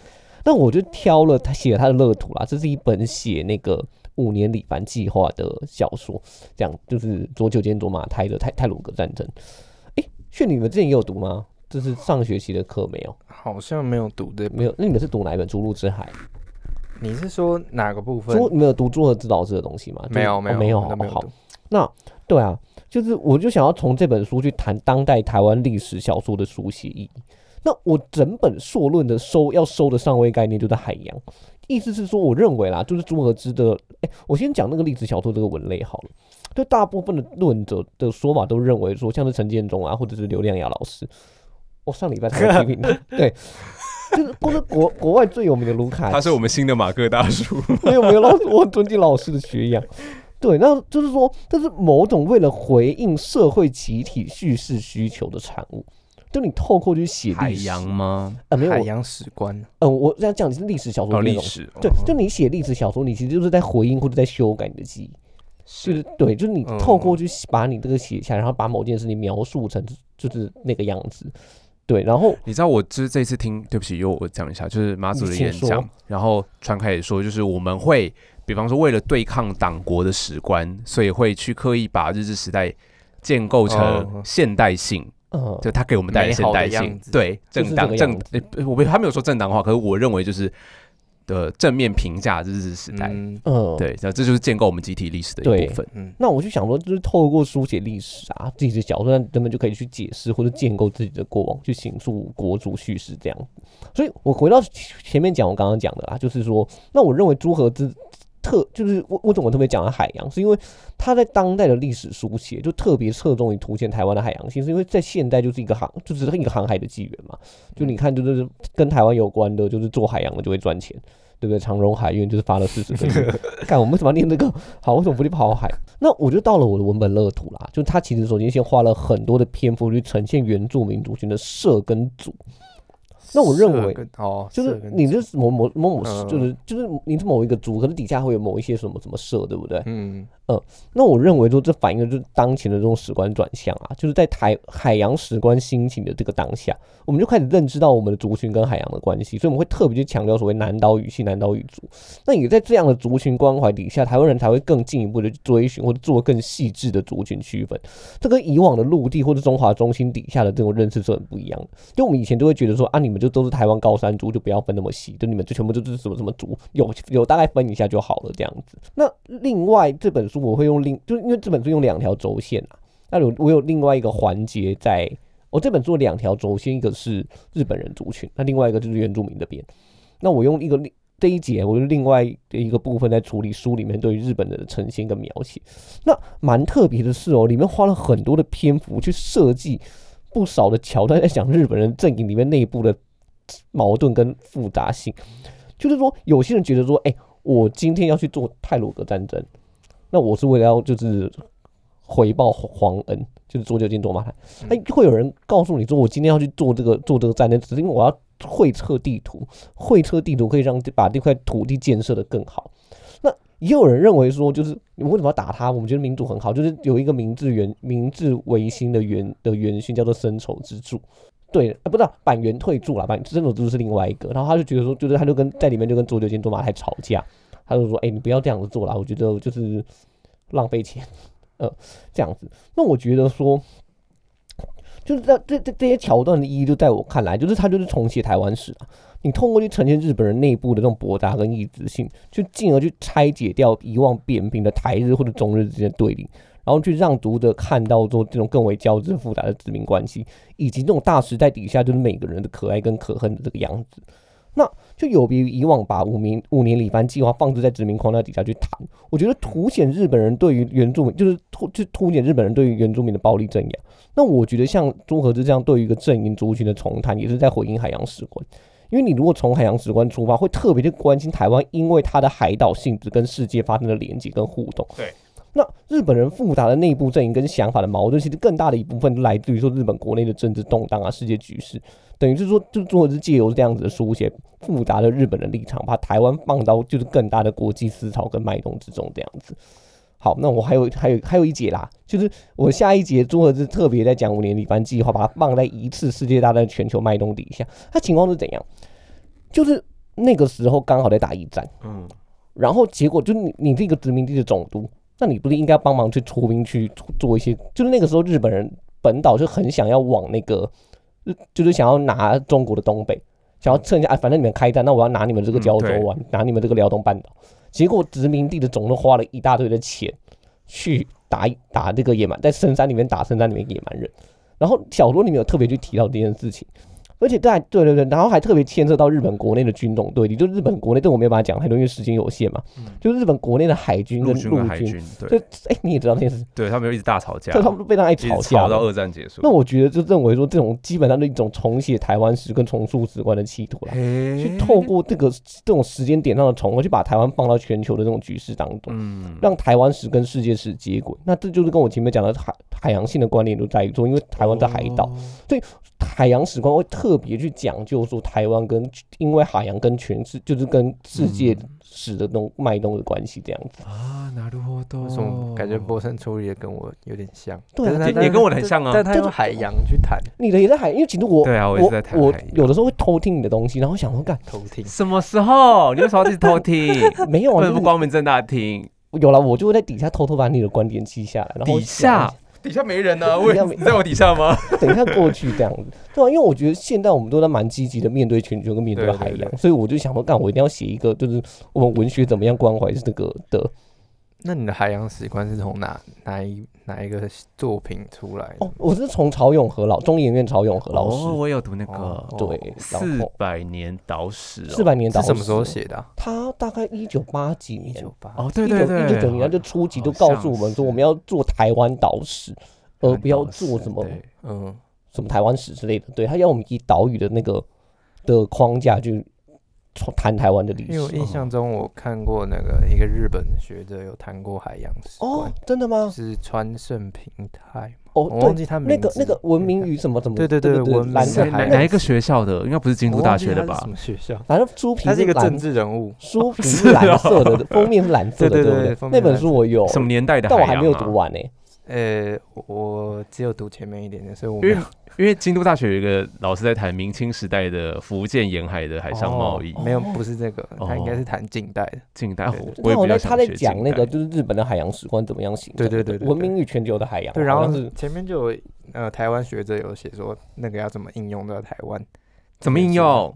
S2: 那我就挑了他写了他的乐土啦，这是一本写那个五年里凡计划的小说，这样就是左九间左马泰的泰泰鲁格战争。诶，炫，你们之前也有读吗？这是上学期的课没有？
S3: 好像没有读对。
S2: 没有？那你们是读哪一本《逐鹿之海
S3: 你是说哪个部》？分？
S2: 朱，你们有读朱和之老师的东西吗？
S3: 没有
S2: 就是
S3: 没有
S2: 哦没有，
S3: 我都没有
S2: 好
S3: 读。
S2: 对啊，就是我就想要从这本书去谈当代台湾历史小说的书写意义。那我整本硕论的收要收的上位概念就是海洋，意思是说，我认为啦，就是朱和之的，哎、我先讲那个历史小说这个文类好了。就大部分的论者的说法都认为说，像是陈建中啊，或者是刘亮雅老师，我、上礼拜才在 批评他，对，就是或者国国外最有名的卢卡奇，
S1: 他是我们新的马克大叔，
S2: 没有没有，老师，我很尊敬老师的 学养。对，那就是说，这是某种为了回应社会集体叙事需求的产物。就你透过去写
S1: 海
S2: 历史，
S1: 洋吗？
S2: 呃，没有，
S3: 海
S2: 我
S3: 洋史观
S2: 呃，我这样讲是历史小说
S1: 哦，
S2: 内
S1: 历
S2: 容。
S1: 史，
S2: 对
S1: 哦，
S2: 就你写历史小说，你其实就是在回应或者在修改你的记忆，就是对，就是你
S3: 嗯
S2: 透过去写把你这个写下来，然后把某件事情描述成就是那个样子，对，然后
S1: 你知道我就是这次听，对不起，又我讲一下，就是马祖的演
S2: 你请说
S1: 讲，然后传开也说，就是我们会，比方说为了对抗党国的史观，所以会去刻意把日治时代建构成
S3: 哦
S1: 现代性，
S2: 呃，
S1: 就他给我们带来
S3: 美
S1: 现
S3: 好的
S1: 代性
S3: 样，子
S1: 对
S2: 就是
S1: 正
S2: 这
S1: 当
S2: 个
S1: 正
S2: 样子，
S1: 诶不我没他没有说正当化，可是我认为就是的正面评价日治时代，
S3: 嗯
S2: 呃，
S1: 对，那这就是建构我们集体历史的一
S2: 对
S1: 部分。
S3: 嗯，
S2: 那我就想说，就是透过书写历史啊，自己的角度，那人们就可以去解释或者建构自己的过往，去形塑国族叙事这样。所以我回到前面讲，我刚刚讲的啦，就是说，那我认为朱和之特就是为为什么我特别讲了海洋，是因为他在当代的历史书写就特别侧重于凸显台湾的海洋性，是因为在现代就是一个航，就是一个航海的纪元嘛。就你看，就是跟台湾有关的，就是做海洋的就会赚钱。对不对？长荣海运就是发了四十个亿， 看我们为什么要念这个？ 好，为什么不去跑海？那我就到了我的文本乐土啦，就他其实首先先花了很多的篇幅去呈现原住民族群的社跟族，那我认
S3: 社
S2: 为
S3: 跟哦，
S2: 就是
S3: 社跟
S2: 你就是某某某某，
S3: 嗯
S2: 就是就是你是某一个族，可是底下会有某一些什么什么社，对不对？
S3: 嗯，
S2: 那我认为说这反映的就是当前的这种史观转向啊，就是在台海洋史观兴起的这个当下，我们就开始认知到我们的族群跟海洋的关系，所以我们会特别去强调所谓南岛语系、南岛语族。那也在这样的族群关怀底下，台湾人才会更进一步的去追寻或者做更细致的族群区分。这跟以往的陆地或者中华中心底下的这种认识是很不一样的。就我们以前就会觉得说啊，你们就都是台湾高山族，就不要分那么细，就你们就全部就是什么什么族，有有大概分一下就好了这样子。那另外这本书我会用另，就是因为这本书用两条轴线啊，那有我有另外一个环节在，我、这本书有两条轴线，一个是日本人族群，那另外一个就是原住民这边。那我用一个另这一节，我就另外的一个部分在处理书里面对于日本人的呈现跟描写。那蛮特别的是哦，里面花了很多的篇幅去设计不少的桥段，在讲日本人阵营里面内部的矛盾跟复杂性。就是说，有些人觉得说，哎、我今天要去做泰鲁格战争，那我是为了要就是回报皇恩，就是做旧金做马台。哎、会有人告诉你说，我今天要去做这个做这个战争，只是因为我要绘测地图，绘测地图可以让这把这块土地建设的更好。那也有人认为说，就是你们为什么要打他？我们觉得民主很好，就是有一个明治元明治维新的元的元勋叫做深仇之助。对，呃、不是、啊、板垣退助啦，板真佐助是另外一个。然后他就觉得说，就是他就跟在里面就跟佐久间卓马还吵架，他就说：“哎、你不要这样子做啦，我觉得就是浪费钱，呃，这样子。”那我觉得说，就是这这这这些桥段的意义，就在我看来，就是他就是重写台湾史啊。你通过去呈现日本人内部的这种博杂跟异质性，就进而去拆解掉以往扁平的台日或者中日之间的对立，然后去让读者看到说这种更为交织复杂的殖民关系，以及这种大时代底下就是每个人的可爱跟可恨的这个样子。那就有别于以往把五名五年里番计划放置在殖民框架底下去谈，我觉得凸显日本人对于原住民，就是凸就凸显日本人对于原住民的暴力镇压。那我觉得像朱和之这样对于一个阵营族群的重谈，也是在回应海洋史观。因为你如果从海洋史观出发，会特别去关心台湾，因为它的海岛性质跟世界发生的连接跟互动。
S1: 对。
S2: 那日本人复杂的内部阵营跟想法的矛盾，其实更大的一部分来自于说日本国内的政治动荡啊、世界局势，等于是说，就做是借由这样子的书写复杂的日本的立场，把台湾放到就是更大的国际思潮跟脉动之中这样子。好，那我还有还有还有一节啦，就是我下一节朱和之特别在讲五年里番计划，把它放在一次世界大战的全球脉动底下，它情况是怎样？就是那个时候刚好在打一战，
S1: 嗯，
S2: 然后结果就是你你这个殖民地的总督，那你不是应该帮忙去出兵去做一些？就是那个时候日本人本岛就很想要往那个，日就是想要拿中国的东北，想要趁一下，哎，反正你们开战，那我要拿你们这个
S1: 嗯
S2: 胶州
S1: 对
S2: 湾，拿你们这个辽东半岛。结果殖民地的总督花了一大堆的钱去打打这个野蛮，在深山里面打深山里面野蛮人。然后小说里面有特别去提到这件事情，而且在对对对，然后还特别牵涉到日本国内的军种对立，就日本国内，这我没有办法讲太多，因为时间有限嘛。就日本国内的海军
S1: 嗯陆
S2: 跟
S1: 军
S2: 陆
S1: 跟海
S2: 军，
S1: 军，
S2: 就
S1: 对
S2: 哎，你也知道这件事，
S1: 对，他们就一直大吵架，
S2: 这他们非常爱
S1: 一直
S2: 吵架
S1: 吵
S2: 嘛
S1: 到。二战结束。
S2: 那我觉得就认为说，这种基本上的一种重写台湾史跟重塑史观的企图啦，去
S1: 去
S2: 透过这个这种时间点上的重合，去把台湾放到全球的这种局势当中。
S1: 嗯，
S2: 让台湾史跟世界史接轨。那这就是跟我前面讲的海海洋性的关联都在于说，因为台湾在海岛，
S1: 哦
S2: 海洋史观会特别去讲究说台湾跟因为海洋跟全世就是跟世界
S3: 嗯
S2: 史的那种脉动的关系这样子。
S1: 啊，なるほ
S3: 为什么
S1: ど，
S3: 感觉波森处理的跟我有点像？
S2: 哦对啊
S3: 但是他
S1: 也也跟我的很像啊
S3: 但但他
S2: 就
S3: 用海洋去谈
S2: 你的也在海，因为其实我
S1: 对啊，我一直
S2: 我
S1: 在谈
S2: 我
S1: 海洋
S2: 有的时候会偷听你的东西，然后想说干
S3: 偷听，
S1: 什么时候？你为什么要自己偷听？
S2: 没有
S1: 为
S2: 啊，
S1: 什么
S2: 就是
S1: 不光明正大地听？
S2: 有了，我就会在底下偷偷把你的观点记下来，然后
S1: 底
S2: 想
S1: 下底下没人呢，
S2: 底下
S1: 喂
S2: 没
S1: 你在我底下吗？
S2: 等一下过去这样子，对啊，因为我觉得现在我们都在蛮积极的面对全球跟面对
S1: 对对
S2: 海洋，
S1: 对
S2: 所以我就想说，干我一定要写一个，就是我们文学怎么样关怀这个的。
S3: 那你的海洋史观是从哪哪一哪一个作品出来的？
S2: 哦，我是从曹永和老中研院曹永和老师，
S1: 哦，我有读那个
S3: 哦
S2: 对，然
S1: 四
S2: 后
S1: 百年岛史哦，
S2: 四百年导
S3: 是
S2: 师
S3: 什么时候？写的啊？
S2: 他大概一九八几
S3: 一
S2: 年，
S3: 九八
S1: 哦，对对对，
S2: 一九九年他就初级都告诉我们说，我们要做台湾岛史，而不要做什么
S1: 对
S3: 嗯，
S2: 什么台湾史之类的。对他要我们以岛屿的那个的框架去谈台湾的历
S3: 因为我
S2: 史。
S3: 印象中我看过那个一个日本学者有谈过海洋史
S2: 哦
S3: 观，，
S2: 真的吗？
S3: 是川盛平太嘛，
S2: 哦，
S3: 我
S2: 对
S3: 忘，记他名
S2: 那个
S3: 字
S2: 那个文明与什么什么，
S3: 对对
S2: 对
S3: 对文
S2: 蓝
S3: 明
S2: 色
S1: 谁
S3: 与
S1: 哪
S2: 海哦
S3: 海
S1: 哪
S2: 洋
S1: 一个学校的？应该不是京都大学的
S3: 我忘记他是
S1: 吧
S3: 什？么学校？
S2: 反正书皮
S3: 他是一个政
S2: 蓝，
S3: 治人物，
S2: 书皮是蓝色的，封面是蓝色的，
S3: 对对
S2: 不
S3: 对
S2: 对
S3: 封？
S2: 那
S3: 面
S2: 本
S3: 蓝
S2: 书我有，
S1: 什么年代的海
S2: 但
S1: 洋
S2: 我
S1: 啊？
S2: 还没有读完呢。
S3: 呃，我我只有读前面一点点，所以我
S1: 因为
S3: 没有
S1: 因为京都大学有一个老师在谈明清时代的福建沿海的海上贸易
S3: 哦，没有，不是这个，
S1: 哦
S3: 他应该是谈近代的。
S1: 近代
S3: 对对。
S1: 我也
S2: 啊那
S1: 比
S2: 我
S1: 较
S2: 在
S1: 想
S2: 他在
S1: 学
S2: 讲
S1: 近
S2: 那个
S1: 代
S2: 就是日本的海洋史观怎么样形成
S3: 对
S2: 的，
S3: 对对对
S2: 文明与全球的海洋，
S3: 对，然
S2: 哦好像
S3: 后
S2: 是
S3: 前面就有呃台湾学者有写说那个要怎么应用到台湾，
S1: 怎么应用，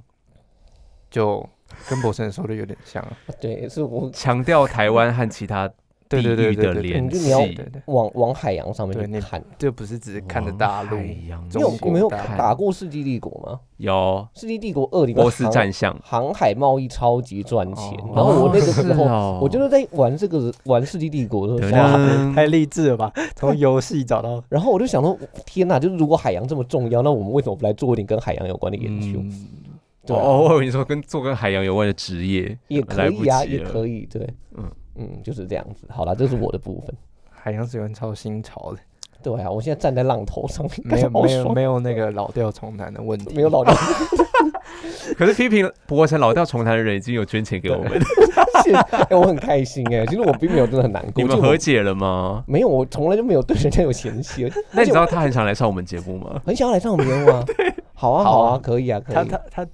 S3: 就跟博森说的有点像 啊。
S2: 对，是我
S1: 强调台湾和其他
S3: 对
S1: 地
S3: 对对
S1: 域
S3: 对
S1: 的
S3: 对对
S1: 联
S2: 嗯就你要
S1: 系
S3: 对。对，
S2: 往往海洋上面
S3: 对
S2: 去
S3: 那
S2: 看。
S3: 就不是只是看着大陆
S1: 往。海洋
S2: 你
S3: 中
S2: 有
S1: 中
S2: 你没有
S3: 国大
S2: 打过《世纪帝国》吗？
S1: 有
S2: 《世纪帝国二》里面
S1: 波斯
S2: 航
S1: 战象，
S2: 航海贸易超级赚钱
S3: 哦，
S2: 然后我那个
S1: 哦
S2: 时
S1: 是
S2: 候
S1: 哦
S2: 我就是在玩这个玩《世纪帝国》的时候，哇
S1: 噔
S3: 太励志了吧！从游戏找到
S2: 然后我就想说，天哪！就是如果海洋这么重要，那我们为什么不来做一点跟海洋有关的研究？
S1: 嗯
S2: 对
S1: 哦
S2: 啊、
S1: 哦，我以为你说跟做跟海洋有关的职业，
S2: 也
S1: 来
S2: 可
S1: 不
S2: 以啊，
S1: 及
S2: 也
S1: 了。
S2: 可以，对，
S1: 嗯
S2: 嗯嗯，就是这样子。好啦，这是我的部分。
S3: 海洋史观超新 潮的，
S2: 对啊，我现在站在浪头上面，
S3: 没有
S2: 好
S3: 没有
S2: 爽
S3: 没有那个老调重弹的问 题，
S2: 没有老娘
S1: 可是批评博成老调重弹的人已经有捐钱给我们，
S2: 谢， 哎、我很开心哎、其实我并没有真的很难
S1: 你
S2: 过，就
S1: 们
S2: 我
S1: 和解了吗？
S2: 没有，我从来就没有对人家有嫌弃，而且
S1: 那你知道他很想来上我们节目吗？
S2: 很想要来上我们节目啊。好啊，
S3: 好
S2: 好
S3: 啊
S2: 啊，可以啊，可以。
S3: 他他他，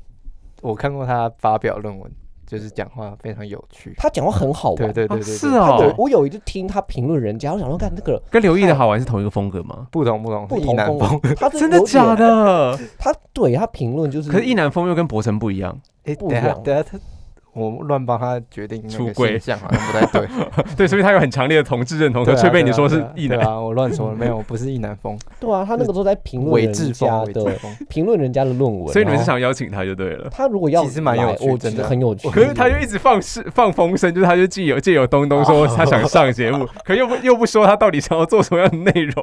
S3: 我看过他发表论文，就是讲话非常有趣。
S2: 他讲话很好玩，
S3: 对对对
S1: 哦
S3: 对，
S1: 是
S3: 对
S1: 哦
S2: 我我有一次听他评论人家，我想说，看那个
S1: 跟刘毅的好玩是同一个风格吗？
S3: 不同不同，
S2: 不
S3: 是意
S2: 同
S3: 难
S2: 风
S3: 风。
S2: 格，他是
S1: 真的
S2: 有点
S1: 假？的？
S2: 他对他评论就是，
S3: 嗯
S1: 可是意南风又跟博成不一样，
S3: 哎，
S2: 不
S3: 等
S2: 一
S3: 一下
S2: 样
S3: 等一下他，我乱帮他决定那
S1: 出
S3: 个
S1: 柜
S3: 形象好啊像不太对，
S1: 对，所以他有很强烈的同志认同，
S3: 对
S1: 可
S3: 啊
S1: 却被你
S3: 对啊
S1: 说
S3: 对
S1: 是
S3: 啊
S1: 意
S3: 对
S1: 南。
S3: 啊，我乱说了，没有，我不是意南 风，
S2: 对啊，他那个时候在评论
S3: 伪
S2: 人
S3: 制风
S2: 家，
S3: 伪制
S2: 的
S3: 风。
S2: 评论人家的论文，
S1: 所以你们是
S2: 然后
S1: 想邀请他就对了。
S2: 他如果要
S3: 其实蛮有
S2: 来
S3: 趣
S2: 我
S3: 真
S2: 觉得
S3: 的
S2: 很有趣。
S1: 可是他就一直放是放风声，就是他就既有借有东东
S3: 哦
S1: 说他想上节 目，可又不又不说他到底想要做什么样的内容。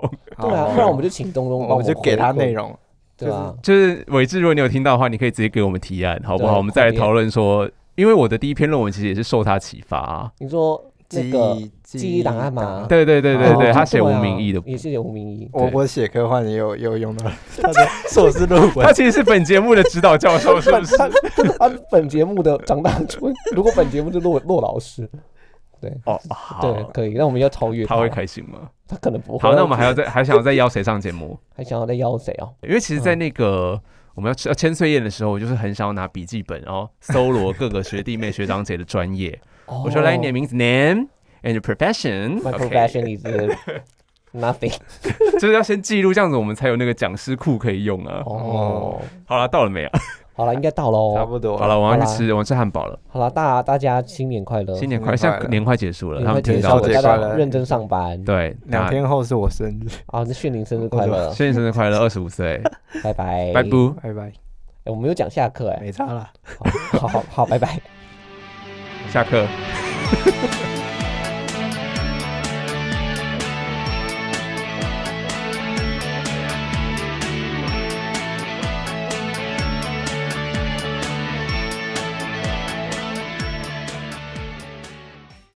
S2: 对啊，不然我们就请东东帮
S3: 哦我就给他
S2: 回馈
S3: 内，容，
S2: 对啊，
S1: 就是伟志，如果你有听到的话，你可以直接给我们提案，好不
S3: 啊
S1: 好？
S2: 对
S1: 我们再来讨论说，因为我的第一篇论文其实也是受他启发、啊。
S2: 你说那
S3: 记
S2: 个
S3: 忆
S2: 记忆档案嘛
S1: 对对对对
S3: 哦
S1: 对，他
S2: 啊
S1: 写无名义的，
S2: 也是写无名义，
S3: 我
S1: 对
S3: 我写科幻也有也有用 到他的硕士论文
S1: 他，其实是本节目的指导教授，是不 是？
S2: 他他他本节目的长大春，如果本节目是骆骆老师，
S1: 哦，好，
S2: 对，可以，那我们要超越
S1: 他会，开心吗？
S2: 他可能不会。
S1: 好，那我们还要再还想要再邀谁上节目？
S2: 还想要再邀谁哦？
S1: 因为其实，在那个、我们要吃要千岁宴的时候，我就是很想要拿笔记本，然后搜罗各个学 弟妹学长姐的专业。我说来，你的名字 name and your profession，
S2: 哦 My
S1: OK
S2: profession is nothing。
S1: 就是要先记录，这样子我们才有那个讲师库可以用啊。
S2: 哦，
S1: 好了，到了没啊？
S2: 好了，应该到了
S3: 差
S2: 哦。
S3: 不多
S1: 好了，，我要
S2: 好
S1: 去
S2: 啦
S1: 吃，我要吃汉堡了。
S2: 好了，大大家新年快乐，
S1: 新年
S3: 新
S1: 快乐！
S3: 年
S1: 现在
S3: 快乐
S1: 年快结束了，
S2: 年
S1: 他
S2: 快
S1: 们
S2: 结
S1: 听
S2: 束
S1: 到
S2: 了，
S3: 了
S2: 大
S3: 快
S2: 家
S3: 乐
S2: 认真上班
S1: 对，
S3: 两天后是我生日，
S2: 啊！那炫灵生日快乐，
S1: 谢谢生日快乐，二十五岁，
S2: 拜拜，
S1: 拜拜。
S3: 拜拜，
S2: 哎我们有讲下课哎，
S3: 没差啦。
S2: 好好好，拜拜。
S1: 下课。